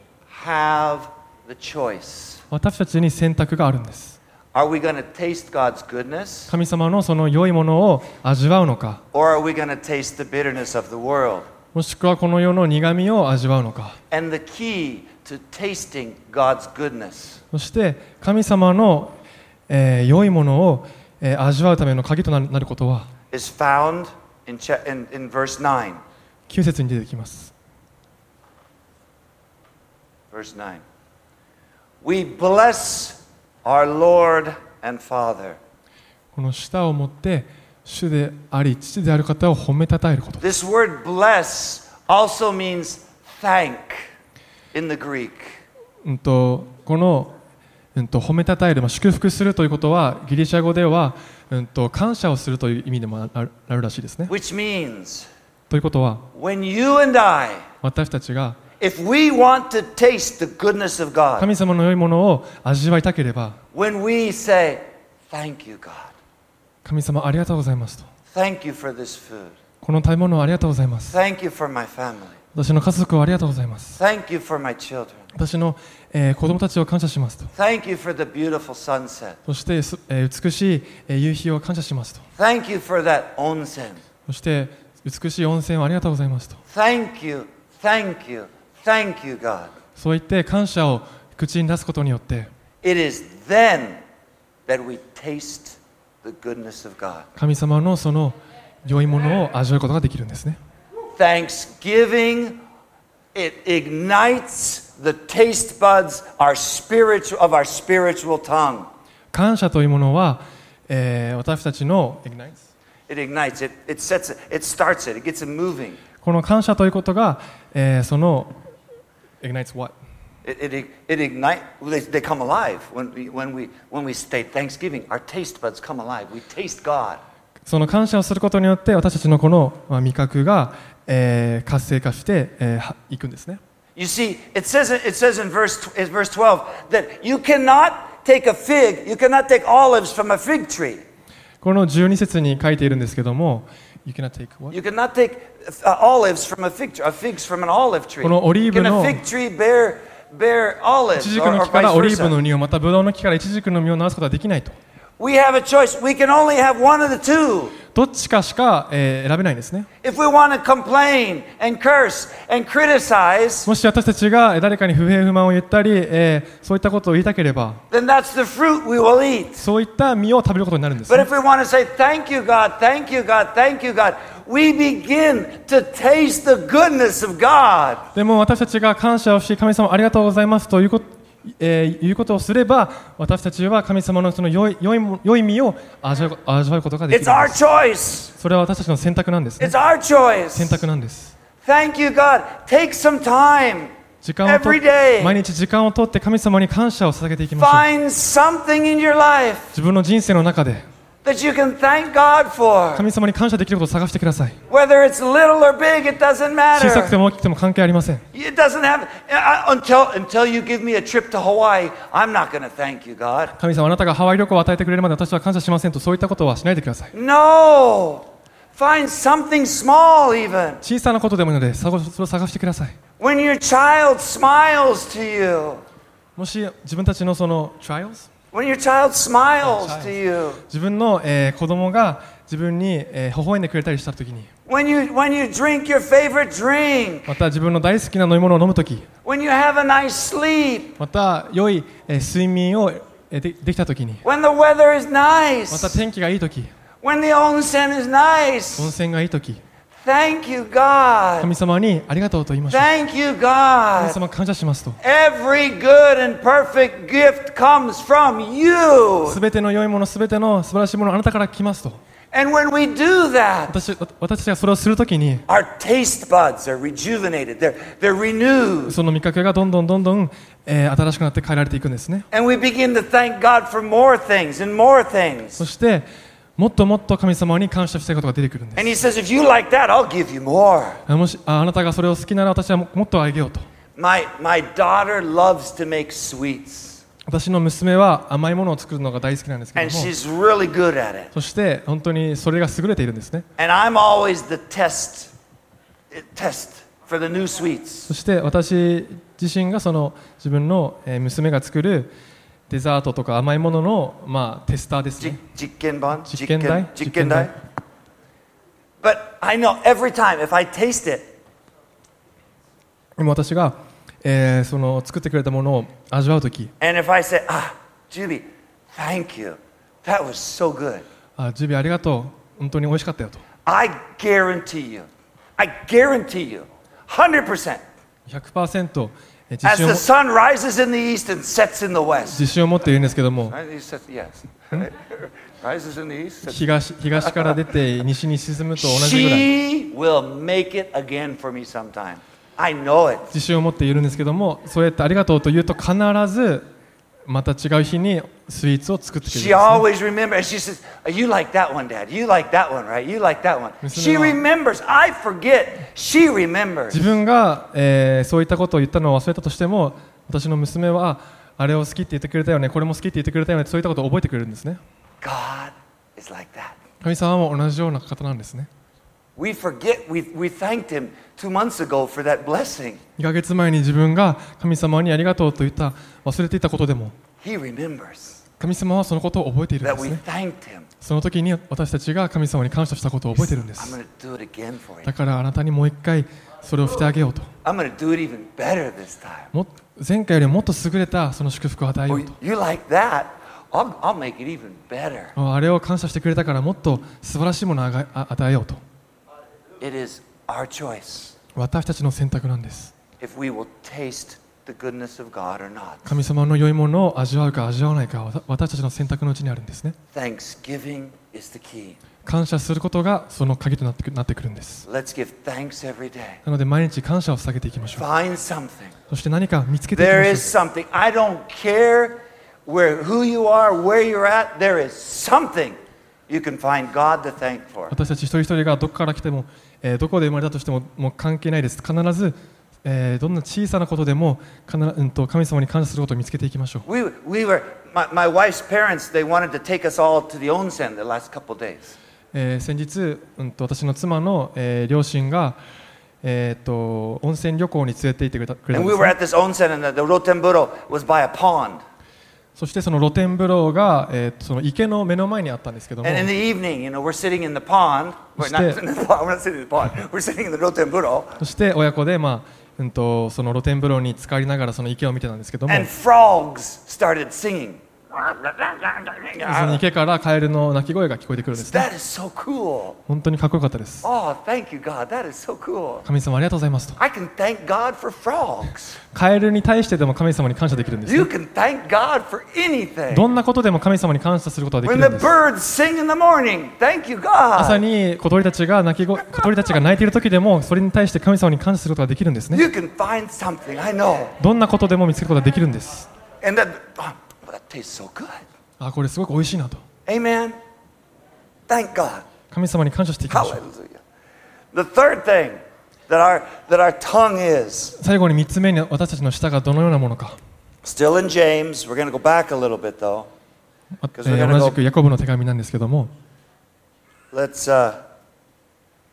[SPEAKER 1] have the choice.
[SPEAKER 2] 私たちに選択があるんです
[SPEAKER 1] Are we going to taste God's goodness
[SPEAKER 2] 神様のその良いものを味わうのか
[SPEAKER 1] or are we going to taste the bitterness of the world?
[SPEAKER 2] もしくはこの世の苦みを味わうのか
[SPEAKER 1] And the key to tasting God's goodness
[SPEAKER 2] そして神様の、えー良いものを、えー味わうための鍵となるなることは
[SPEAKER 1] is found in, cha- in, in verse 9.
[SPEAKER 2] 9節に出てきます
[SPEAKER 1] Verse 9. We bless our Lord and Father.
[SPEAKER 2] この舌を持って主であり父である方を褒めたたえること
[SPEAKER 1] This word bless also means thank in the Greek.
[SPEAKER 2] うんと、この、うん、と褒めたたえる、まあ、祝福するということはギリシャ語では、うん、と感謝をするという意味でもああるあるらしいですね。
[SPEAKER 1] Which means
[SPEAKER 2] ということは
[SPEAKER 1] when you and I,
[SPEAKER 2] 私たちが
[SPEAKER 1] if we want to taste the goodness of God,
[SPEAKER 2] 神様の良いものを味わいたければ
[SPEAKER 1] when we say, Thank you, God,
[SPEAKER 2] 神様ありがとうございますと
[SPEAKER 1] thank you for this food,
[SPEAKER 2] この食べ物をありがとうございます。
[SPEAKER 1] thank you for my family,
[SPEAKER 2] 私の家族をありがとうございます。
[SPEAKER 1] thank you for my children,
[SPEAKER 2] 私の、えー子供たちを感謝しますと。
[SPEAKER 1] thank you for the beautiful sunset,
[SPEAKER 2] そして、すえー美しい、えー夕日を感謝しますと。
[SPEAKER 1] thank you for that onsen,
[SPEAKER 2] そして美しい温泉をありがとうございますと。
[SPEAKER 1] thank you, thank you, thank you, God.
[SPEAKER 2] そう言って感謝を口に出すことによって。
[SPEAKER 1] It is then that we taste the goodness of God.
[SPEAKER 2] 神様のその良いものを味わうことができるんですね
[SPEAKER 1] Thanksgiving it ignites the taste buds our spiritual of our spiritual tongue.
[SPEAKER 2] 感謝というものは、えー私たちの Ignites
[SPEAKER 1] It ignites it. It sets it. It starts it. It gets it moving.
[SPEAKER 2] この感謝ということが、えーその Ignites what?
[SPEAKER 1] It, it, it ignite. They, they come alive when we, when we when we stay Thanksgiving. Our taste buds come alive. We taste God.
[SPEAKER 2] その感謝をすることによって私たちのこの、まあ、味覚が、えー活性化して、えーはいくんですね
[SPEAKER 1] You see, it says, it says in verse, in verse 12 that you cannot take a fig, you cannot take olives from a fig tree.
[SPEAKER 2] この12節に書いているんですけども You cannot take what?
[SPEAKER 1] You cannot take uh, olives from a fig tree, uh, figs from an olive tree.
[SPEAKER 2] このオリーブの-
[SPEAKER 1] Can a fig tree bear, bear olives
[SPEAKER 2] 一軸
[SPEAKER 1] or,
[SPEAKER 2] の
[SPEAKER 1] or
[SPEAKER 2] 木からオリ
[SPEAKER 1] vice
[SPEAKER 2] ーブの
[SPEAKER 1] versa?
[SPEAKER 2] 実をまたブドウの木から一軸の実を直すことはできないと
[SPEAKER 1] We have a choice. We can only have one of the two.
[SPEAKER 2] どっちかしか、えー選べないんですね
[SPEAKER 1] If we want to complain and curse and criticize,
[SPEAKER 2] もし私たちがえー誰かに不平不満を言ったり、えーそういったことを言いたければ
[SPEAKER 1] then that's the fruit we will eat.
[SPEAKER 2] そういった実を食べることになるんです
[SPEAKER 1] But
[SPEAKER 2] ね
[SPEAKER 1] if we want to say, Thank you, God, thank you, God, thank you, God, we begin to taste the goodness of God.
[SPEAKER 2] でも私たちが感謝をし神様ありがとうございますということ,、えーいうことをすれば私たちは神様のその良い良いも良い実を味わう味わうことができ
[SPEAKER 1] It's
[SPEAKER 2] るんで
[SPEAKER 1] our
[SPEAKER 2] す
[SPEAKER 1] choice.
[SPEAKER 2] それは私たちの選択なんですね
[SPEAKER 1] It's our
[SPEAKER 2] 選
[SPEAKER 1] choice.
[SPEAKER 2] 択なんです
[SPEAKER 1] Thank you, God. Take some time.
[SPEAKER 2] 時間をとっ
[SPEAKER 1] Every day
[SPEAKER 2] 毎日時間をとって神様に感謝を捧げていきましょう
[SPEAKER 1] Find something in your life
[SPEAKER 2] 自分の人生の中で
[SPEAKER 1] that you can thank God for.
[SPEAKER 2] 神様に感謝できることを探してください
[SPEAKER 1] Whether it's little or big, it doesn't
[SPEAKER 2] 小さくて
[SPEAKER 1] matter.
[SPEAKER 2] も大きくても関係ありません
[SPEAKER 1] It doesn't have I- I- until until you give me a trip to Hawaii. I'm not going to thank you, God.
[SPEAKER 2] 神様あなたがハワイ旅行を与えてくれるまで私は感謝しませんとそういったことはしないでください
[SPEAKER 1] No. Find something small, even.
[SPEAKER 2] 小さなことでもいいのでさごそれを探してください
[SPEAKER 1] When your child smiles to you,
[SPEAKER 2] もし自分たちのその trials
[SPEAKER 1] when your child smiles
[SPEAKER 2] child.
[SPEAKER 1] to you,
[SPEAKER 2] 自分の、えー子供が自分に、えー微笑んでくれたりしたときに
[SPEAKER 1] when you, when you drink your favorite drink,
[SPEAKER 2] また自分の大好きな飲み物を飲むとき
[SPEAKER 1] when you have a nice sleep,
[SPEAKER 2] また良い、えー睡眠を、えーでできたときに
[SPEAKER 1] when the weather is
[SPEAKER 2] また
[SPEAKER 1] nice,
[SPEAKER 2] 天気がいいとき
[SPEAKER 1] when the onsen is
[SPEAKER 2] 温
[SPEAKER 1] nice.
[SPEAKER 2] 泉がいいとき
[SPEAKER 1] Thank you, God.
[SPEAKER 2] 神様にありがとうと言いましょう
[SPEAKER 1] Thank you,
[SPEAKER 2] 神
[SPEAKER 1] God.
[SPEAKER 2] 様感謝しますと
[SPEAKER 1] Every good and perfect gift comes from you.
[SPEAKER 2] すべての良いものすべての素晴らしいものあなたから来ますと
[SPEAKER 1] And when we do that,
[SPEAKER 2] 私私たちがそれをするときに
[SPEAKER 1] our taste buds are rejuvenated, they're, they're renewed.
[SPEAKER 2] その味覚がどんどんどんどん、えー新しくなって変えられていくんですね
[SPEAKER 1] And we begin to thank God for more things and more things.
[SPEAKER 2] そしてもっともっと神様に感謝したいことが出てくるんです
[SPEAKER 1] And He says, If you like that, I'll give you more.
[SPEAKER 2] あもしああなたがそれを好きなら私はももっとあげようと
[SPEAKER 1] My, my daughter loves to make sweets,
[SPEAKER 2] 私の娘は甘いものを作るのが大好きなんですけ
[SPEAKER 1] and
[SPEAKER 2] ども
[SPEAKER 1] she's really good at it.
[SPEAKER 2] そして本当にそれが優れているんですね
[SPEAKER 1] And I'm always the test, eh, test for the new sweets.
[SPEAKER 2] そして私自身がその自分のえー娘が作るデザートとか甘いものの、まあ、テスターです
[SPEAKER 1] 実
[SPEAKER 2] ね。
[SPEAKER 1] 実験版
[SPEAKER 2] 実験台
[SPEAKER 1] 実験台
[SPEAKER 2] 実験
[SPEAKER 1] But I know every time if I taste it,
[SPEAKER 2] でも私が、えーその作ってくれたものを味わうとき、
[SPEAKER 1] and if I say, ah, Julie, thank you. That was so good.
[SPEAKER 2] あジュビーありがとう、本当に美味しかったよと。
[SPEAKER 1] I guarantee you. I guarantee you. 100%.
[SPEAKER 2] 100%えー自
[SPEAKER 1] As
[SPEAKER 2] 信
[SPEAKER 1] the
[SPEAKER 2] をも
[SPEAKER 1] sun rises in the east and sets in the west.
[SPEAKER 2] 自信を持っているんですけども、
[SPEAKER 1] Right? He said, yes. rises in the east. sets-
[SPEAKER 2] 東東から出て西に沈むと同じぐらい。
[SPEAKER 1] She will make it again for me sometime. I know it.
[SPEAKER 2] 自信を持っているんですけどもそうやってありがとうと言うと必ずまた違う日にスイーツを作ってくれ
[SPEAKER 1] She
[SPEAKER 2] るんですね
[SPEAKER 1] always remembers. She says, "Oh, You like that one, Dad. You like that one, right? You like that one.
[SPEAKER 2] Listen
[SPEAKER 1] She
[SPEAKER 2] to mom.
[SPEAKER 1] remembers. I forget. She remembers.
[SPEAKER 2] 自分が、えーそういったことを言ったのを忘れたとしても私の娘はああれを好きって言ってくれたよねこれも好きって言ってくれたよねそういったことを覚えてくれるんですね
[SPEAKER 1] God is like that.
[SPEAKER 2] 神様も同じような方なんですね
[SPEAKER 1] We forget. We, we thanked Him two months ago for that blessing.
[SPEAKER 2] 2ヶ月前に自分が神様にありがとうと言った忘れていたことでも
[SPEAKER 1] He remembers
[SPEAKER 2] 神様はそのことを覚えているん
[SPEAKER 1] that
[SPEAKER 2] です
[SPEAKER 1] we
[SPEAKER 2] ね
[SPEAKER 1] thanked Him.
[SPEAKER 2] その時に私たちが神様に感謝したことを覚えてるんで
[SPEAKER 1] I'm
[SPEAKER 2] す
[SPEAKER 1] going to do it again for you.
[SPEAKER 2] だからあなたにもう一回それをしてあげようと
[SPEAKER 1] I'm going to do it even better this time.
[SPEAKER 2] も前回よりもっと優れたその祝福を与えよ
[SPEAKER 1] Oh,
[SPEAKER 2] うと
[SPEAKER 1] you like that? I'll, I'll make it even better.
[SPEAKER 2] あれを感謝してくれたからもっと素晴らしいものをあがあ与えようと
[SPEAKER 1] It is our choice
[SPEAKER 2] 私たちの選択なんです
[SPEAKER 1] if we will taste the goodness of God or not.
[SPEAKER 2] 神様の良いものを味わうか味わわないかはわ私たちの選択のうちにあるんですね
[SPEAKER 1] Thanksgiving is the key.
[SPEAKER 2] 感謝することがその鍵となってくなってくるんです
[SPEAKER 1] Let's give thanks every day.
[SPEAKER 2] なので毎日感謝を下げていきましょう
[SPEAKER 1] Find something.
[SPEAKER 2] そして何か見つけていき
[SPEAKER 1] There
[SPEAKER 2] ま
[SPEAKER 1] is
[SPEAKER 2] しょ
[SPEAKER 1] something. I don't care where who you are, where you're at, there is something you can find God to thank
[SPEAKER 2] う
[SPEAKER 1] for.
[SPEAKER 2] 私たち一人一人がどこから来ても、えーどこで生まれたとしてももう関係ないです必ず、えーどんな小さなことでも必ず、うん、と神様に感謝することを見つけていきましょう
[SPEAKER 1] We, we were my, my wife's parents, they wanted to take us all to the onsen the last couple days.
[SPEAKER 2] えー先日、うん、と私の妻の、えー両親が、えー、と温泉旅行に連れて行ってくれたくれた
[SPEAKER 1] And
[SPEAKER 2] んで
[SPEAKER 1] we
[SPEAKER 2] す
[SPEAKER 1] were
[SPEAKER 2] ね、
[SPEAKER 1] at this onsen and the, the Rotenburo was by a pond.
[SPEAKER 2] そしてその露天風呂が、えーとその池の目の前にあったんですけども
[SPEAKER 1] And in the evening, you know, we're sitting in the pond. We're not
[SPEAKER 2] Ste-
[SPEAKER 1] in the pond. We're not sitting in the pond. We're sitting in the Rotenburo.
[SPEAKER 2] そして親子で、まあうん、とその露天風呂に浸かりながらその池を見てたんですけども
[SPEAKER 1] And frogs started singing.
[SPEAKER 2] その池からカエルの鳴き声が聞こえてくるんですね
[SPEAKER 1] That is so cool.
[SPEAKER 2] 本当にかっこよかったです
[SPEAKER 1] Oh, thank you, God. That is so cool.
[SPEAKER 2] 神様ありがとうございますと
[SPEAKER 1] I can thank God for frogs.
[SPEAKER 2] カエルに対してでも神様に感謝できるんですね、
[SPEAKER 1] You can thank God for anything.
[SPEAKER 2] どんなことでも神様に感謝することができ
[SPEAKER 1] When
[SPEAKER 2] る
[SPEAKER 1] the
[SPEAKER 2] んです
[SPEAKER 1] birds sing in the morning, thank you,
[SPEAKER 2] 朝
[SPEAKER 1] God.
[SPEAKER 2] に小鳥たちが 鳴きご小鳥たちが鳴いている時でもそれに対して神様に感謝することができるんですね
[SPEAKER 1] You can find something, I know.
[SPEAKER 2] どんなことでも見つけることができるんです
[SPEAKER 1] And that, oh, that tastes so good.
[SPEAKER 2] あこれすごく美味しいなと
[SPEAKER 1] Amen. Thank God.
[SPEAKER 2] 神様に感謝していきましょう
[SPEAKER 1] Hallelujah. The third thing that our, that our tongue is,
[SPEAKER 2] 最後に3つ目に私たちの舌がどのようなものか、
[SPEAKER 1] still in James, we're going to go back a little bit though.
[SPEAKER 2] あえ
[SPEAKER 1] 'Cause we're gonna
[SPEAKER 2] ー同じくヤコブの手紙なんですけども
[SPEAKER 1] Let's uh,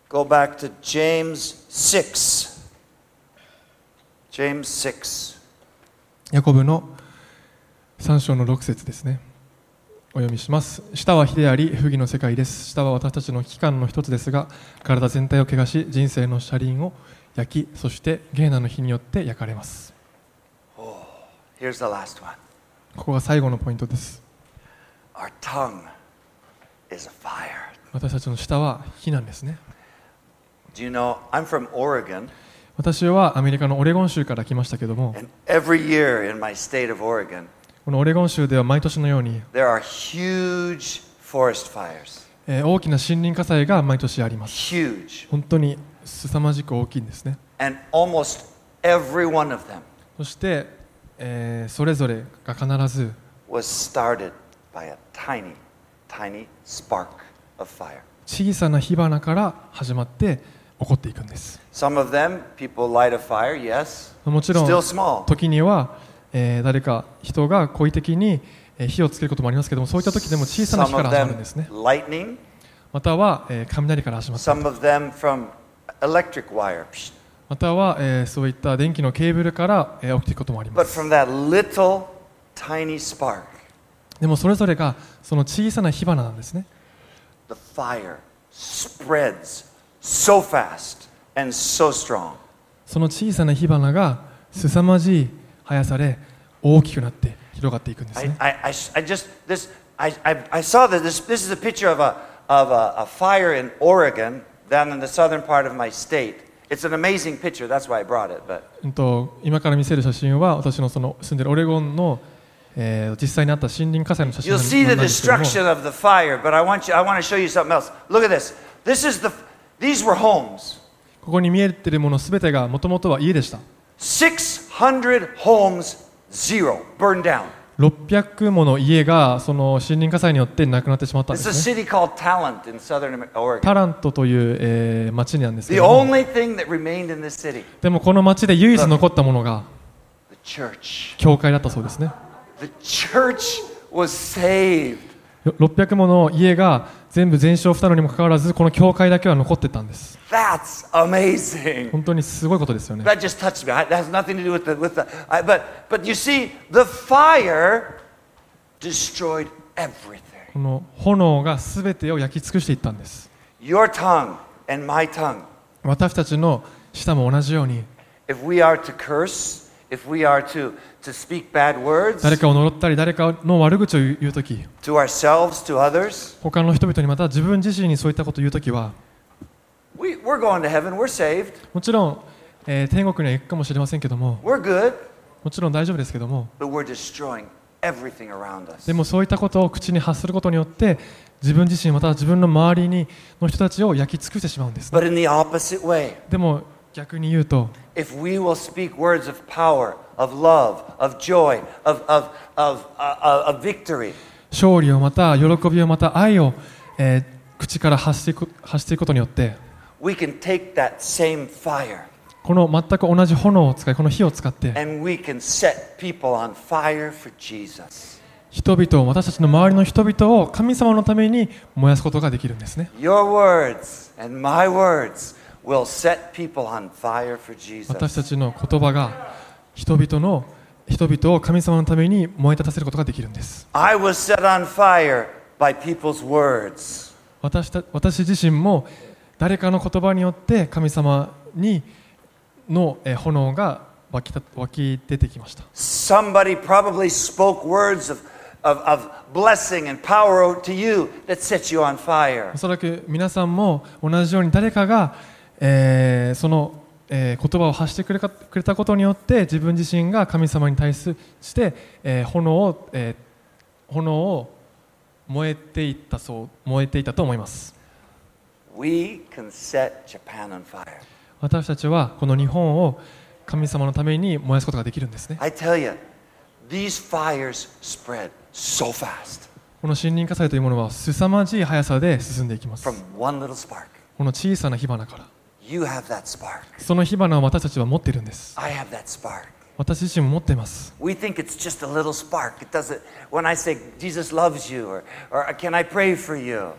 [SPEAKER 1] go back to James 6. James 6.
[SPEAKER 2] ヤコブの3章の6節ですねお読みします舌は火であり不義の世界です舌は私たちの器官の一つですが体全体を汚し人生の車輪を焼きそしてゲーナの火によって焼かれます
[SPEAKER 1] Here's the last one.
[SPEAKER 2] ここが最後のポイントです
[SPEAKER 1] Our tongue is a fire.
[SPEAKER 2] 私たちの舌は火なんですね
[SPEAKER 1] Do you know, I'm from Oregon,
[SPEAKER 2] 私はアメリカのオレゴン州から来ましたけども
[SPEAKER 1] and every year in my state of Oregon,
[SPEAKER 2] このオレゴン州では毎年のように、
[SPEAKER 1] there are huge forest fires.
[SPEAKER 2] えー大きな森林火災が毎年あります
[SPEAKER 1] Huge.
[SPEAKER 2] 本当に凄まじく大きいんですね
[SPEAKER 1] And almost every one of them
[SPEAKER 2] そして、えーそれぞれが必ず
[SPEAKER 1] was started by a tiny, tiny spark of fire.
[SPEAKER 2] 小さな火花から始まって起こっていくんです
[SPEAKER 1] Some of them, people light a fire, yes.
[SPEAKER 2] もちろ
[SPEAKER 1] Still
[SPEAKER 2] ん
[SPEAKER 1] small.
[SPEAKER 2] 時には、えー誰か人が故意的にえー火をつけることもありますけどもそういった時でも小さな
[SPEAKER 1] Some
[SPEAKER 2] 火から
[SPEAKER 1] of
[SPEAKER 2] 始まるん
[SPEAKER 1] them
[SPEAKER 2] ですね
[SPEAKER 1] lightning,
[SPEAKER 2] または、えー雷から始まって
[SPEAKER 1] some of them from electric wire. Psh.
[SPEAKER 2] または、えーそういった電気のケーブルから、えー起きていくこともありま
[SPEAKER 1] But
[SPEAKER 2] す
[SPEAKER 1] from that little tiny spark,
[SPEAKER 2] でもそれぞれがその小さな火花なんですね
[SPEAKER 1] the fire spreads so fast and so strong.
[SPEAKER 2] その小さな火花が凄まじい速さで大きくなって広がっていくんですね
[SPEAKER 1] I, I, I, s- I just, this, I, I, I saw that this, this is a picture of, a, of a, a fire in Oregon, down in the southern part of my state. It's an amazing picture, that's why I brought it. But
[SPEAKER 2] うんと今から見せる写真は私のその住んでるオレゴンの、えー実際にあった森林火災の写真
[SPEAKER 1] you'll see
[SPEAKER 2] な
[SPEAKER 1] the
[SPEAKER 2] んですけども
[SPEAKER 1] destruction of the fire, but I want, you, I want to show you something else. Look at this. This is the, these were homes.
[SPEAKER 2] ここに見えてるもの全てがもともとは家でした
[SPEAKER 1] 600 homes, zero, burned down.
[SPEAKER 2] 600もの家がその森林火災によってなくなってしまったんで
[SPEAKER 1] It's a
[SPEAKER 2] すね
[SPEAKER 1] city called Talent in southern Amer- Oregon.
[SPEAKER 2] タラントという、えー町なんですけ
[SPEAKER 1] The
[SPEAKER 2] ども
[SPEAKER 1] only thing that remained in this city,
[SPEAKER 2] でもこの町で唯一残ったものが
[SPEAKER 1] the church.
[SPEAKER 2] 教会だったそうですね
[SPEAKER 1] The church was saved.
[SPEAKER 2] よ600もの家が全部全焼したのにもかかわらずこの教会だけは残ってたんです
[SPEAKER 1] That's amazing.
[SPEAKER 2] 本当にすごいことですよね
[SPEAKER 1] That just touched me. I, that has nothing to do with the with the. I, but but you see, the fire destroyed everything.
[SPEAKER 2] この炎が全てを焼き尽くしていったんです
[SPEAKER 1] Your tongue and my tongue.
[SPEAKER 2] 私たちの舌も同じように
[SPEAKER 1] If we are to curse, if we are to to speak bad words
[SPEAKER 2] 誰かを呪ったり誰かの悪口を言う時
[SPEAKER 1] to ourselves, to others,
[SPEAKER 2] 他の人々にまた自分自身にそういったことを言う時は
[SPEAKER 1] we, we're going to heaven. We're saved.
[SPEAKER 2] もちろん、えー天国には行くかもしれませんけども
[SPEAKER 1] We're good.
[SPEAKER 2] もちろん大丈夫ですけども
[SPEAKER 1] But we're destroying everything around us.
[SPEAKER 2] でもそういったことを口に発することによって自分自身または自分の周りにの人たちを焼き尽くしてしまうんですね、
[SPEAKER 1] But in the opposite way,
[SPEAKER 2] でも逆に言うと
[SPEAKER 1] if we will speak words of power, of love, of joy, of, of, of, uh, of victory,
[SPEAKER 2] 勝利をまた喜びをまた愛を、えー口から発していく発していくことによって
[SPEAKER 1] we can take that same fire
[SPEAKER 2] この全く同じ炎を使いこの火を使って
[SPEAKER 1] and we can set people on fire for Jesus.
[SPEAKER 2] 人々を私たちの周りの人々を神様のために燃やすことができるんですね
[SPEAKER 1] Your words and my words will set people on fire for
[SPEAKER 2] 私
[SPEAKER 1] Jesus.
[SPEAKER 2] たちの言葉が人々の人々を神様のために燃え立たせることができるんです
[SPEAKER 1] I was set on fire by people's words.
[SPEAKER 2] 私た私自身も誰かの言葉によって神様にのえー炎が湧きた湧き出てきました
[SPEAKER 1] Somebody probably spoke words of, of, of blessing and power to you that set you on fire.
[SPEAKER 2] おそらく皆さんも同じように誰かが、えーその、えー言葉を発してくれかくれたことによって自分自身が神様に対すして、えー炎を、えー炎を燃えていったそう燃えていたと思います
[SPEAKER 1] We can set Japan on fire.
[SPEAKER 2] 私たちはこの日本を神様のために燃やすことができるんですね
[SPEAKER 1] I tell you, these fires spread so fast
[SPEAKER 2] この森林火災というものは凄まじい速さで進んでいきます
[SPEAKER 1] from one little spark.
[SPEAKER 2] この小さな火花から
[SPEAKER 1] You have that spark.
[SPEAKER 2] その火花を私たちは持っているんです
[SPEAKER 1] I have that spark.
[SPEAKER 2] 私自身も持っています
[SPEAKER 1] We think it's just a little spark. It doesn't. When I say Jesus loves you, or, or can I pray for you?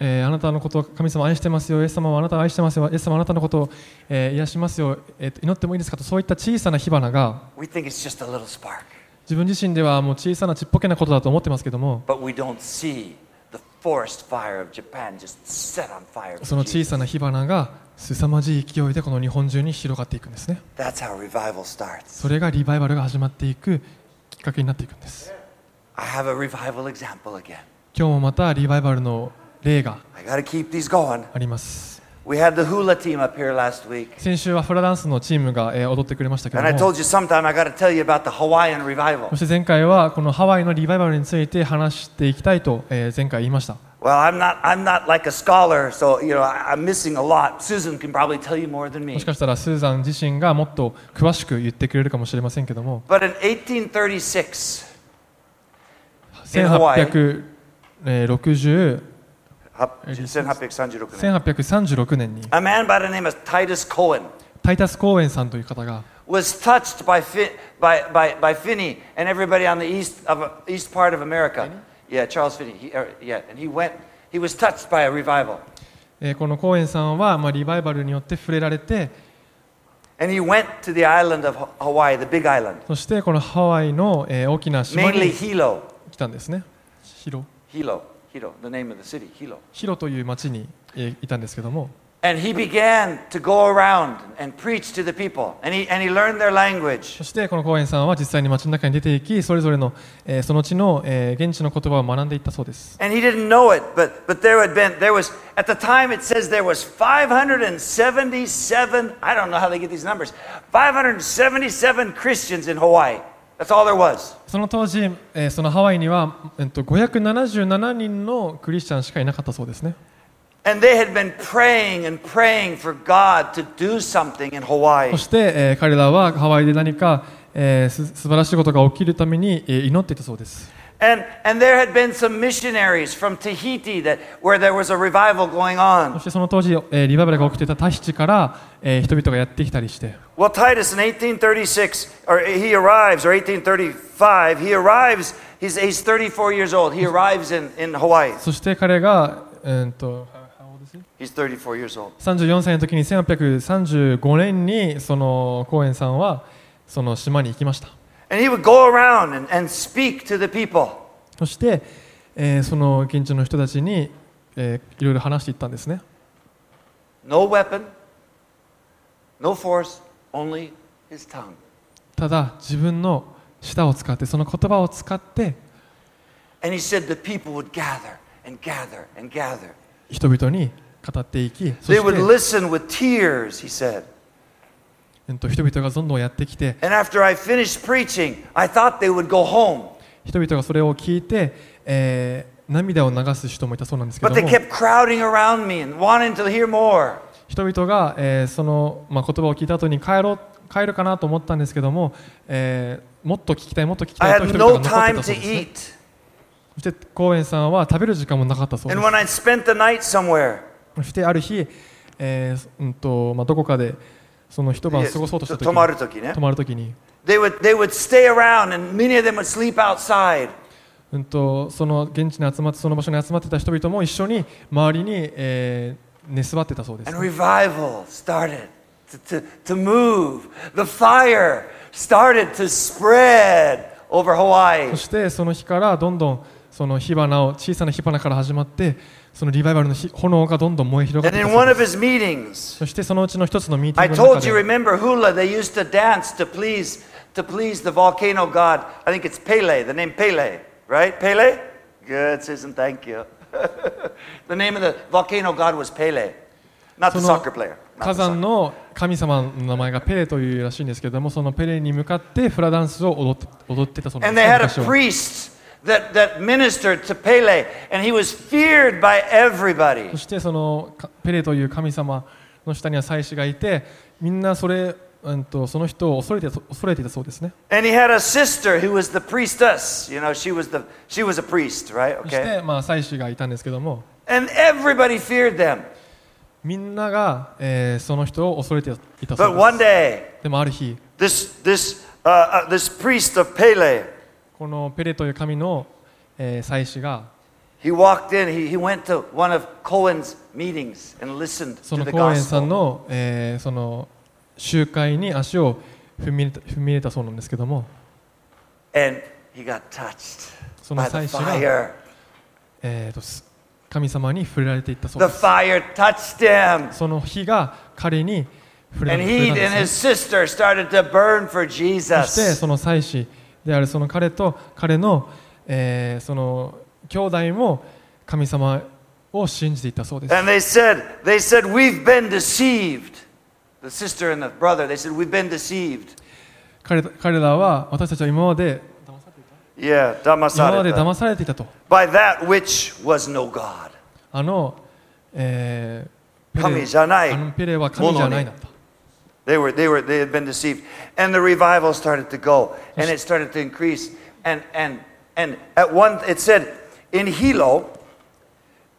[SPEAKER 2] えーあなたのことを神様愛してますよ、イエス様はあなたを愛してますよ、イエス様はあなたのことを、えー癒しますよ、えーと祈ってもいいですかと、そういった小さな火花が、
[SPEAKER 1] We think it's just a little spark,
[SPEAKER 2] 自分自身ではもう小さなちっぽけなことだと思ってますけども、
[SPEAKER 1] but we don't see the forest fire of Japan just set on fire.
[SPEAKER 2] そ
[SPEAKER 1] for
[SPEAKER 2] の小
[SPEAKER 1] Jesus.
[SPEAKER 2] さな火花が凄まじい勢いでこの日本中に広がっていくんですね。
[SPEAKER 1] That's how revival starts.
[SPEAKER 2] それがリバイバルが始まっていくきっかけになっていくんです。
[SPEAKER 1] I have a revival example again.
[SPEAKER 2] 今日もまたリバイバルの例が
[SPEAKER 1] I got to keep these going.
[SPEAKER 2] あります。
[SPEAKER 1] We had the hula team up here last week.
[SPEAKER 2] 先週はフラダンスのチームが、えー踊ってくれましたけど
[SPEAKER 1] And I
[SPEAKER 2] も、
[SPEAKER 1] told you sometime I got to tell you about the Hawaiian revival.
[SPEAKER 2] そして前回はこのハワイのリバイバルについて話していきたいと、えー前回言いました。
[SPEAKER 1] Well, I'm not, I'm not like a scholar, so you know I, I'm missing a lot. Susan can probably tell you more than
[SPEAKER 2] も
[SPEAKER 1] me.
[SPEAKER 2] しかしたらスーザン自身がもっと詳しく言ってくれるかもしれませんけども
[SPEAKER 1] But in 1836, は
[SPEAKER 2] 1860えー
[SPEAKER 1] 1836年
[SPEAKER 2] 1836年に
[SPEAKER 1] a man by the name of Titus Cohen
[SPEAKER 2] タイタス・コーエンさんという方が
[SPEAKER 1] was touched by, Fi- by, by, by Finney and everybody on the east, of, uh, east part of America. Yeah, Charles Finney. He, uh, yeah, and he went, he was touched by a revival.
[SPEAKER 2] えーこのコーエンさんはまあリバイバルによって触れられて
[SPEAKER 1] And he went to the island of Ha- Hawaii, the big island,
[SPEAKER 2] そしてこのハワイの、えー大きな島
[SPEAKER 1] mainly
[SPEAKER 2] に
[SPEAKER 1] Hilo.
[SPEAKER 2] 来たんですね。ヒロ
[SPEAKER 1] Hilo, Hilo, the name of the city, Hilo.
[SPEAKER 2] ヒロという町に、えーいたんですけども、
[SPEAKER 1] And he began to go around and preach to the people. And he, and he learned their language.
[SPEAKER 2] そしてこのコーエンさんは実際に町の中に出て行き、それぞれの、えーその地の、えー現地の言葉を学んでいったそうです。
[SPEAKER 1] And he didn't know it, but, but there had been, there was, at the time it says there was 577, I don't know how they get these numbers, 577 Christians in Hawaii. That's all there was.
[SPEAKER 2] その当時、えーそのハワイには、えー、と577人のクリスチャンしかいなかったそうですね。
[SPEAKER 1] And they had been praying and praying for God to do something in
[SPEAKER 2] そ
[SPEAKER 1] Hawaii.
[SPEAKER 2] して、えー彼らはハワイで何か、えーす素晴らしいことが起きるために、えー祈っていたそうです。
[SPEAKER 1] And, and there had been some missionaries from Tahiti that, where there was a revival going
[SPEAKER 2] そ
[SPEAKER 1] on.
[SPEAKER 2] してその当時、えーリバイバルが起きていたタヒチから、えー人々がやってきたりして、
[SPEAKER 1] Well, Titus in 1836, or he arrives, or 1835, he arrives, he's, he's 34 years old. He arrives in, in Hawaii.
[SPEAKER 2] そして彼が、うーんと
[SPEAKER 1] He's 34 years old.
[SPEAKER 2] 34歳の時に1835年にそのコーエンさんはその島に行きました。
[SPEAKER 1] And he would go around and, and speak to the people.
[SPEAKER 2] そして、えーその現地の人たちに、えーいろいろ話していったんですね。
[SPEAKER 1] No weapon, no force, only his tongue.
[SPEAKER 2] ただ自分の舌を使ってその言葉を使って
[SPEAKER 1] And he said the people would gather and gather and gather.
[SPEAKER 2] 人々に語っていき、そ
[SPEAKER 1] They
[SPEAKER 2] し
[SPEAKER 1] would
[SPEAKER 2] て
[SPEAKER 1] listen with tears, he said.
[SPEAKER 2] えっと、人々がどんどんやってきて
[SPEAKER 1] And after I finished preaching, I thought they would go home.
[SPEAKER 2] 人々がそれを聞いて、えー涙を流す人もいたそうなんですけど
[SPEAKER 1] But
[SPEAKER 2] も
[SPEAKER 1] they kept crowding around me and wanting to hear more.
[SPEAKER 2] 人々が、えーその、まあ、言葉を聞いた後に帰ろう帰るかなと思ったんですけども、えーもっと聞きたいもっと聞き
[SPEAKER 1] I
[SPEAKER 2] たいと
[SPEAKER 1] had
[SPEAKER 2] 人々が
[SPEAKER 1] no
[SPEAKER 2] 残って
[SPEAKER 1] time to
[SPEAKER 2] たそうです、ね、
[SPEAKER 1] eat.
[SPEAKER 2] そしてコーエンさんは食べる時間もなかったそうで
[SPEAKER 1] And
[SPEAKER 2] す
[SPEAKER 1] when I spent the night somewhere,
[SPEAKER 2] そしてある日、えーうんとまあ、どこかでその一晩過ごそうとした時に
[SPEAKER 1] 泊まる時ね
[SPEAKER 2] 泊まる時に、
[SPEAKER 1] they would, they would stay around and many of them would sleep outside.
[SPEAKER 2] うん、とその現地に集まってその場所に集まってた人々も一緒に周りに、えー寝座ってたそうです
[SPEAKER 1] And revival started to, to, to move. The fire started to spread over Hawaii.
[SPEAKER 2] そしてその日からどんどんその火花を小さな火花から始まってそのリバイバルの火炎がどんどん燃え広がっ
[SPEAKER 1] And in
[SPEAKER 2] ていったそ
[SPEAKER 1] one
[SPEAKER 2] うで
[SPEAKER 1] of
[SPEAKER 2] す
[SPEAKER 1] his meetings,
[SPEAKER 2] そしてそのうちの一つのミーティ
[SPEAKER 1] I
[SPEAKER 2] ングの
[SPEAKER 1] told
[SPEAKER 2] 中
[SPEAKER 1] you,
[SPEAKER 2] で
[SPEAKER 1] remember hula, they used to dance to please, to please the volcano god. I think it's Pele, the name Pele, right? Pele? Good, Susan, thank you. the name of the volcano god was Pele, not the
[SPEAKER 2] その
[SPEAKER 1] soccer player. not
[SPEAKER 2] 火
[SPEAKER 1] the soccer-
[SPEAKER 2] 山の神様の名前がペレというらしいんですけどもそのペレに向かってフラダンスを踊って踊ってたそうなん
[SPEAKER 1] And
[SPEAKER 2] で
[SPEAKER 1] they
[SPEAKER 2] すね
[SPEAKER 1] had a
[SPEAKER 2] 昔
[SPEAKER 1] priest that,
[SPEAKER 2] は
[SPEAKER 1] that ministered to Pele, and he was feared by everybody.
[SPEAKER 2] そしてそのかペレという神様の下には祭司がいてみんなそれ、うん、とその人を恐れて恐れていたそうですね
[SPEAKER 1] And he had a sister who was the priestess. You know, she was the she was a priest, right?
[SPEAKER 2] そし
[SPEAKER 1] Okay.
[SPEAKER 2] て、まあ、祭司がいたんですけども
[SPEAKER 1] And everybody feared them.
[SPEAKER 2] みんなが、えーその人を恐れていたそ
[SPEAKER 1] But one
[SPEAKER 2] うです
[SPEAKER 1] day,
[SPEAKER 2] でもある日
[SPEAKER 1] this this uh, uh, this priest of Pele,
[SPEAKER 2] このペレという神の、えー祭司が
[SPEAKER 1] he walked in. He, he went to one of Cohen's meetings and listened
[SPEAKER 2] そ
[SPEAKER 1] to
[SPEAKER 2] の
[SPEAKER 1] the
[SPEAKER 2] コーエンさん
[SPEAKER 1] gospel.
[SPEAKER 2] の,、えーその集会に足を踏み入れた踏み入れたそうなんですけども、
[SPEAKER 1] And he got touched
[SPEAKER 2] その
[SPEAKER 1] by the
[SPEAKER 2] 祭司が、
[SPEAKER 1] fire.
[SPEAKER 2] えーとす神様に触れられていったそう
[SPEAKER 1] The
[SPEAKER 2] です
[SPEAKER 1] fire touched him.
[SPEAKER 2] その火が彼に触れら
[SPEAKER 1] And
[SPEAKER 2] れ触れ
[SPEAKER 1] he
[SPEAKER 2] たん
[SPEAKER 1] and
[SPEAKER 2] ですね
[SPEAKER 1] his sister started to burn for
[SPEAKER 2] そして
[SPEAKER 1] Jesus.
[SPEAKER 2] その祭司であるその彼と彼の、えーその兄弟も神様を信じていったそうです
[SPEAKER 1] And they said, they said, we've been deceived. The sister and the brother, they said, we've been deceived.
[SPEAKER 2] 彼彼らは私たちは今まで
[SPEAKER 1] Yeah,
[SPEAKER 2] 今まで
[SPEAKER 1] damasareta.
[SPEAKER 2] 騙されていたと
[SPEAKER 1] By that which was no God.
[SPEAKER 2] あの、えーペレ
[SPEAKER 1] 神じゃない
[SPEAKER 2] あのペレは神じゃないんだと
[SPEAKER 1] They were, they were, they had been deceived. And the revival started to go, and it started to increase. And, and, and at one, it said, in Hilo,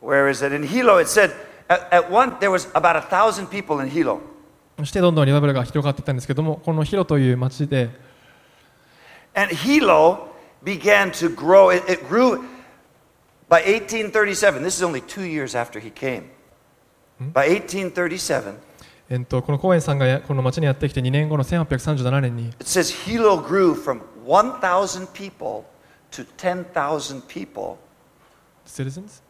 [SPEAKER 1] where is it? In Hilo, it said, at, at one, there was about a thousand people in Hilo.
[SPEAKER 2] そしてどんどんリバイバルが広がっていったんですけどもこのヒロという町で
[SPEAKER 1] And Hilo began to grow. It, it grew by 1837. This is only two years after he came. By 1837,
[SPEAKER 2] えっと、このコーエンさんがやこの町にやってきて2年後の1837年に
[SPEAKER 1] It says Hilo grew from 1,000 people to 10,000 people.
[SPEAKER 2] citizens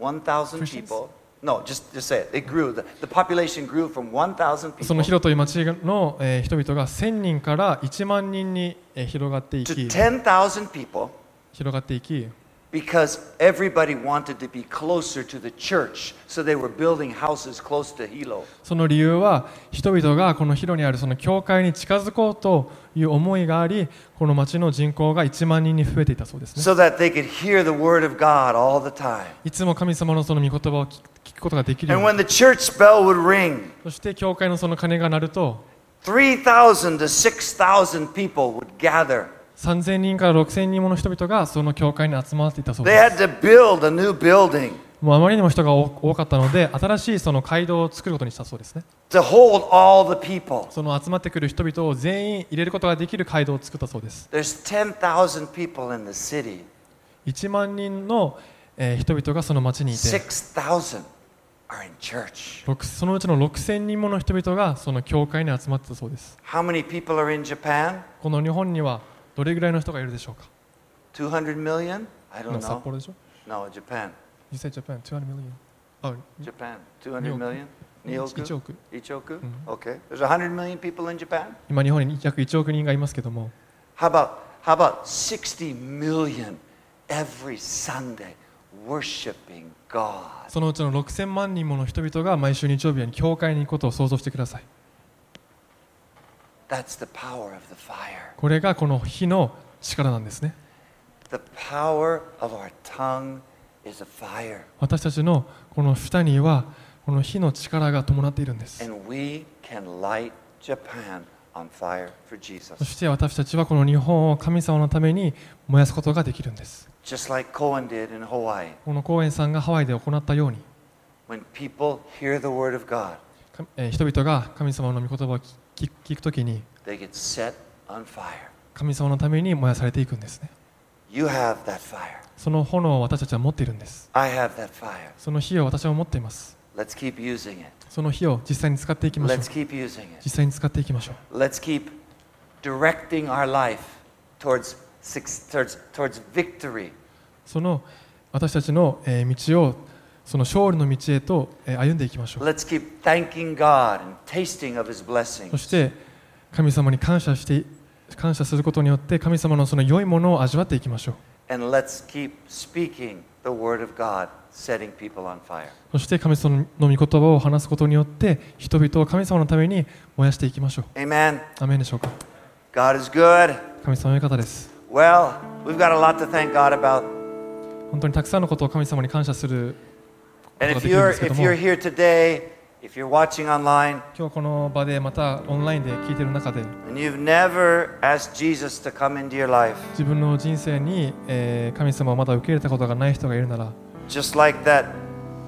[SPEAKER 1] 1,000
[SPEAKER 2] Christians?
[SPEAKER 1] people. No, just, just say it. It grew. The, the population grew from 1,000
[SPEAKER 2] その
[SPEAKER 1] people
[SPEAKER 2] ヒロという町の、えー人々が1000人から1万人に、えー広がっていき
[SPEAKER 1] to 10,000 people.
[SPEAKER 2] 広がっていき
[SPEAKER 1] Because everybody wanted to be closer to the church, so they were building houses close to Hilo.
[SPEAKER 2] その理由は人々がこのヒロにあるその教会に近づこうという思いがありこの町の人口が1万人に増えていたそうですね
[SPEAKER 1] so that they could hear the word of God all the time.
[SPEAKER 2] いつも神様のその御言葉を聞く聞くことができるよ
[SPEAKER 1] And
[SPEAKER 2] う
[SPEAKER 1] when
[SPEAKER 2] に
[SPEAKER 1] the church bell would ring,
[SPEAKER 2] そして教会のその鐘が鳴ると
[SPEAKER 1] 3,000 to 6,000 people would gather.
[SPEAKER 2] 3000人から6000人もの人々がその教会に集まっていたそう
[SPEAKER 1] They
[SPEAKER 2] です
[SPEAKER 1] had to build a new building
[SPEAKER 2] もうあまりにも人が多多かったので新しいその街道を作ることにしたそうですね
[SPEAKER 1] to hold all the people.
[SPEAKER 2] その集まってくる人々を全員入れることができる街道を作ったそうです
[SPEAKER 1] There's 10,000 people in the city,
[SPEAKER 2] 1万人の、えー人々がその町にいて
[SPEAKER 1] 6,000 are in church.
[SPEAKER 2] 六そのうちの6000人もの人々がその教会に集まってたそうです
[SPEAKER 1] How many people are in Japan?
[SPEAKER 2] この日本にはどれぐらいの人がいるでしょうか
[SPEAKER 1] 200 million? I
[SPEAKER 2] 今
[SPEAKER 1] don't
[SPEAKER 2] 札
[SPEAKER 1] know.
[SPEAKER 2] 幌でしょ
[SPEAKER 1] No, Japan.
[SPEAKER 2] You said Japan, 200 million. あ
[SPEAKER 1] Japan. 200
[SPEAKER 2] Nyoku.
[SPEAKER 1] million?
[SPEAKER 2] 1
[SPEAKER 1] Nyoku?
[SPEAKER 2] 億
[SPEAKER 1] Ichoku?
[SPEAKER 2] Mhm.
[SPEAKER 1] Okay. There's 100 million people in Japan?
[SPEAKER 2] 今日本に約1億人がいますけども
[SPEAKER 1] How about how about 60 million every Sunday worshiping God?
[SPEAKER 2] そのうちの6000万人もの人々が毎週日曜日に教会に行くことを想像してください
[SPEAKER 1] That's the power of the fire.
[SPEAKER 2] これがこの火の力なんですね
[SPEAKER 1] The power of our tongue is a fire,
[SPEAKER 2] 私たちのこの舌にはこの火の力が伴っているんです
[SPEAKER 1] and we can light Japan on fire for
[SPEAKER 2] そ
[SPEAKER 1] Jesus.
[SPEAKER 2] して私たちはこの日本を神様のために燃やすことができるんです
[SPEAKER 1] Just like Cohen did in Hawaii.
[SPEAKER 2] この公園さんがハワイで行ったように
[SPEAKER 1] When people hear the word of God,
[SPEAKER 2] かえー人々が神様の御言葉を聞聞聞くときに
[SPEAKER 1] they get set on fire.
[SPEAKER 2] 神様のために燃やされていくんですね
[SPEAKER 1] You have that fire.
[SPEAKER 2] その炎を私たちは持っているんです
[SPEAKER 1] I have that fire.
[SPEAKER 2] その火を私は持っています
[SPEAKER 1] Let's keep using it.
[SPEAKER 2] その火を実際に使っていきましょう
[SPEAKER 1] Let's keep using it.
[SPEAKER 2] 実際に使っていきましょう
[SPEAKER 1] Let's keep directing our life towards, suc- towards, towards victory.
[SPEAKER 2] その私たちのえー道をその勝利の道へとえー歩んでいきましょう
[SPEAKER 1] Let's keep thanking God and tasting of His
[SPEAKER 2] そ
[SPEAKER 1] blessings.
[SPEAKER 2] して神様に感謝して感謝することによって神様のその良いものを味わっていきましょう
[SPEAKER 1] And let's keep speaking the Word of God, setting people on fire.
[SPEAKER 2] そして神様の御言葉を話すことによって人々を神様のために燃やしていきましょう
[SPEAKER 1] Amen.
[SPEAKER 2] アメンでしょうか
[SPEAKER 1] God is good.
[SPEAKER 2] 神様の方です。
[SPEAKER 1] Well, we've got a lot to thank God about.
[SPEAKER 2] 本当にたくさんのことを神様に感謝すること
[SPEAKER 1] And
[SPEAKER 2] が
[SPEAKER 1] if
[SPEAKER 2] できるん
[SPEAKER 1] you're,
[SPEAKER 2] ですけど
[SPEAKER 1] if
[SPEAKER 2] も、
[SPEAKER 1] you're
[SPEAKER 2] 今
[SPEAKER 1] here today, if you're watching online,
[SPEAKER 2] 日この場でまたオンラインで聞いてる中で、
[SPEAKER 1] and you've never asked Jesus to come into your life,
[SPEAKER 2] 自分の人生に、えー神様をまだ受け入れたことがない人がいるなら、
[SPEAKER 1] just like that,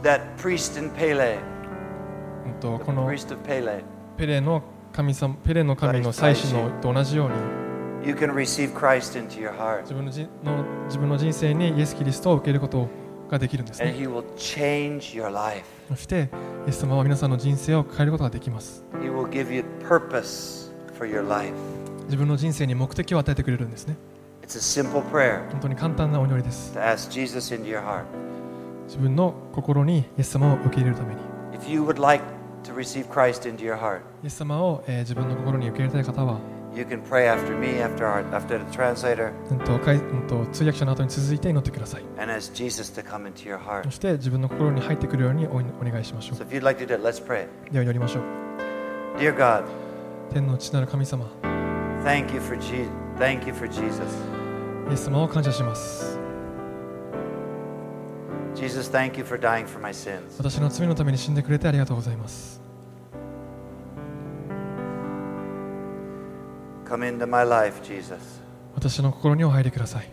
[SPEAKER 1] that priest in Pele,
[SPEAKER 2] うんと
[SPEAKER 1] the
[SPEAKER 2] この
[SPEAKER 1] priest of Pele,
[SPEAKER 2] ペレの神様ペレの神の祭司のと同じように、
[SPEAKER 1] you can receive Christ into your heart.
[SPEAKER 2] 自分のじの自分の人生にイエス・キリストを受け入れることができるんです
[SPEAKER 1] And
[SPEAKER 2] ね。
[SPEAKER 1] He will change your life.
[SPEAKER 2] そして、イエス様は皆さんの人生を変えることができます。
[SPEAKER 1] He will give you purpose for your life.
[SPEAKER 2] 自分の人生に目的を与えてくれるんですね。
[SPEAKER 1] It's a simple prayer
[SPEAKER 2] 本当に簡単なお祈りです。
[SPEAKER 1] to ask Jesus into your heart.
[SPEAKER 2] 自分の心にイエス様を受け入れるために。
[SPEAKER 1] If you would like to receive Christ into your heart,
[SPEAKER 2] イエス様を、えー自分の心に受け入れたい方は、
[SPEAKER 1] you can pray after me, after, our, after the translator,
[SPEAKER 2] うんとかいうん、と通訳者の後に続いて祈ってください。
[SPEAKER 1] and ask Jesus to come into your heart.
[SPEAKER 2] そして自分の心に入ってくるようにおお願いしましょ
[SPEAKER 1] So if you'd like to do it, let's pray.
[SPEAKER 2] う。では祈りましょう。
[SPEAKER 1] Dear God,
[SPEAKER 2] 天の父なる神様、
[SPEAKER 1] thank you for, Je- thank you for Jesus.
[SPEAKER 2] イエス様を感謝します。
[SPEAKER 1] Jesus, thank you for dying for my sins.
[SPEAKER 2] 私の罪のために死んでくれてありがとうございます。
[SPEAKER 1] Come into my life, Jesus.
[SPEAKER 2] 私の心にお入りください。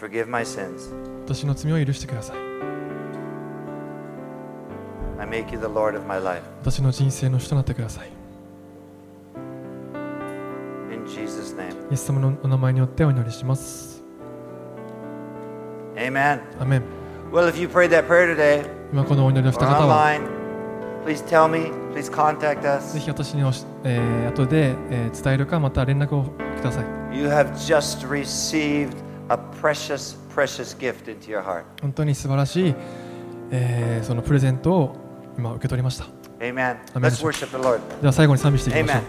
[SPEAKER 1] Forgive my sins.
[SPEAKER 2] 私の罪を許してください。
[SPEAKER 1] I make you the Lord of my life.
[SPEAKER 2] 私の人生の主となってください。イ
[SPEAKER 1] In Jesus' name.
[SPEAKER 2] エス様のお名前によってお祈りします。
[SPEAKER 1] Amen.
[SPEAKER 2] アメン。
[SPEAKER 1] Well, if you prayed that prayer today,
[SPEAKER 2] 今このお祈りをし
[SPEAKER 1] or
[SPEAKER 2] た方は、
[SPEAKER 1] online, Please tell me, please contact
[SPEAKER 2] ぜ
[SPEAKER 1] us.
[SPEAKER 2] ひ私におし、えー後で、えー伝えるかまた連絡をください
[SPEAKER 1] You have just received a precious, precious gift into your heart.
[SPEAKER 2] 本当に素晴らしい、えーそのプレゼントを今受け取りました
[SPEAKER 1] Amen.
[SPEAKER 2] Amen.
[SPEAKER 1] Let's worship the Lord.
[SPEAKER 2] では最後に賛美していきましょ
[SPEAKER 1] Amen.
[SPEAKER 2] う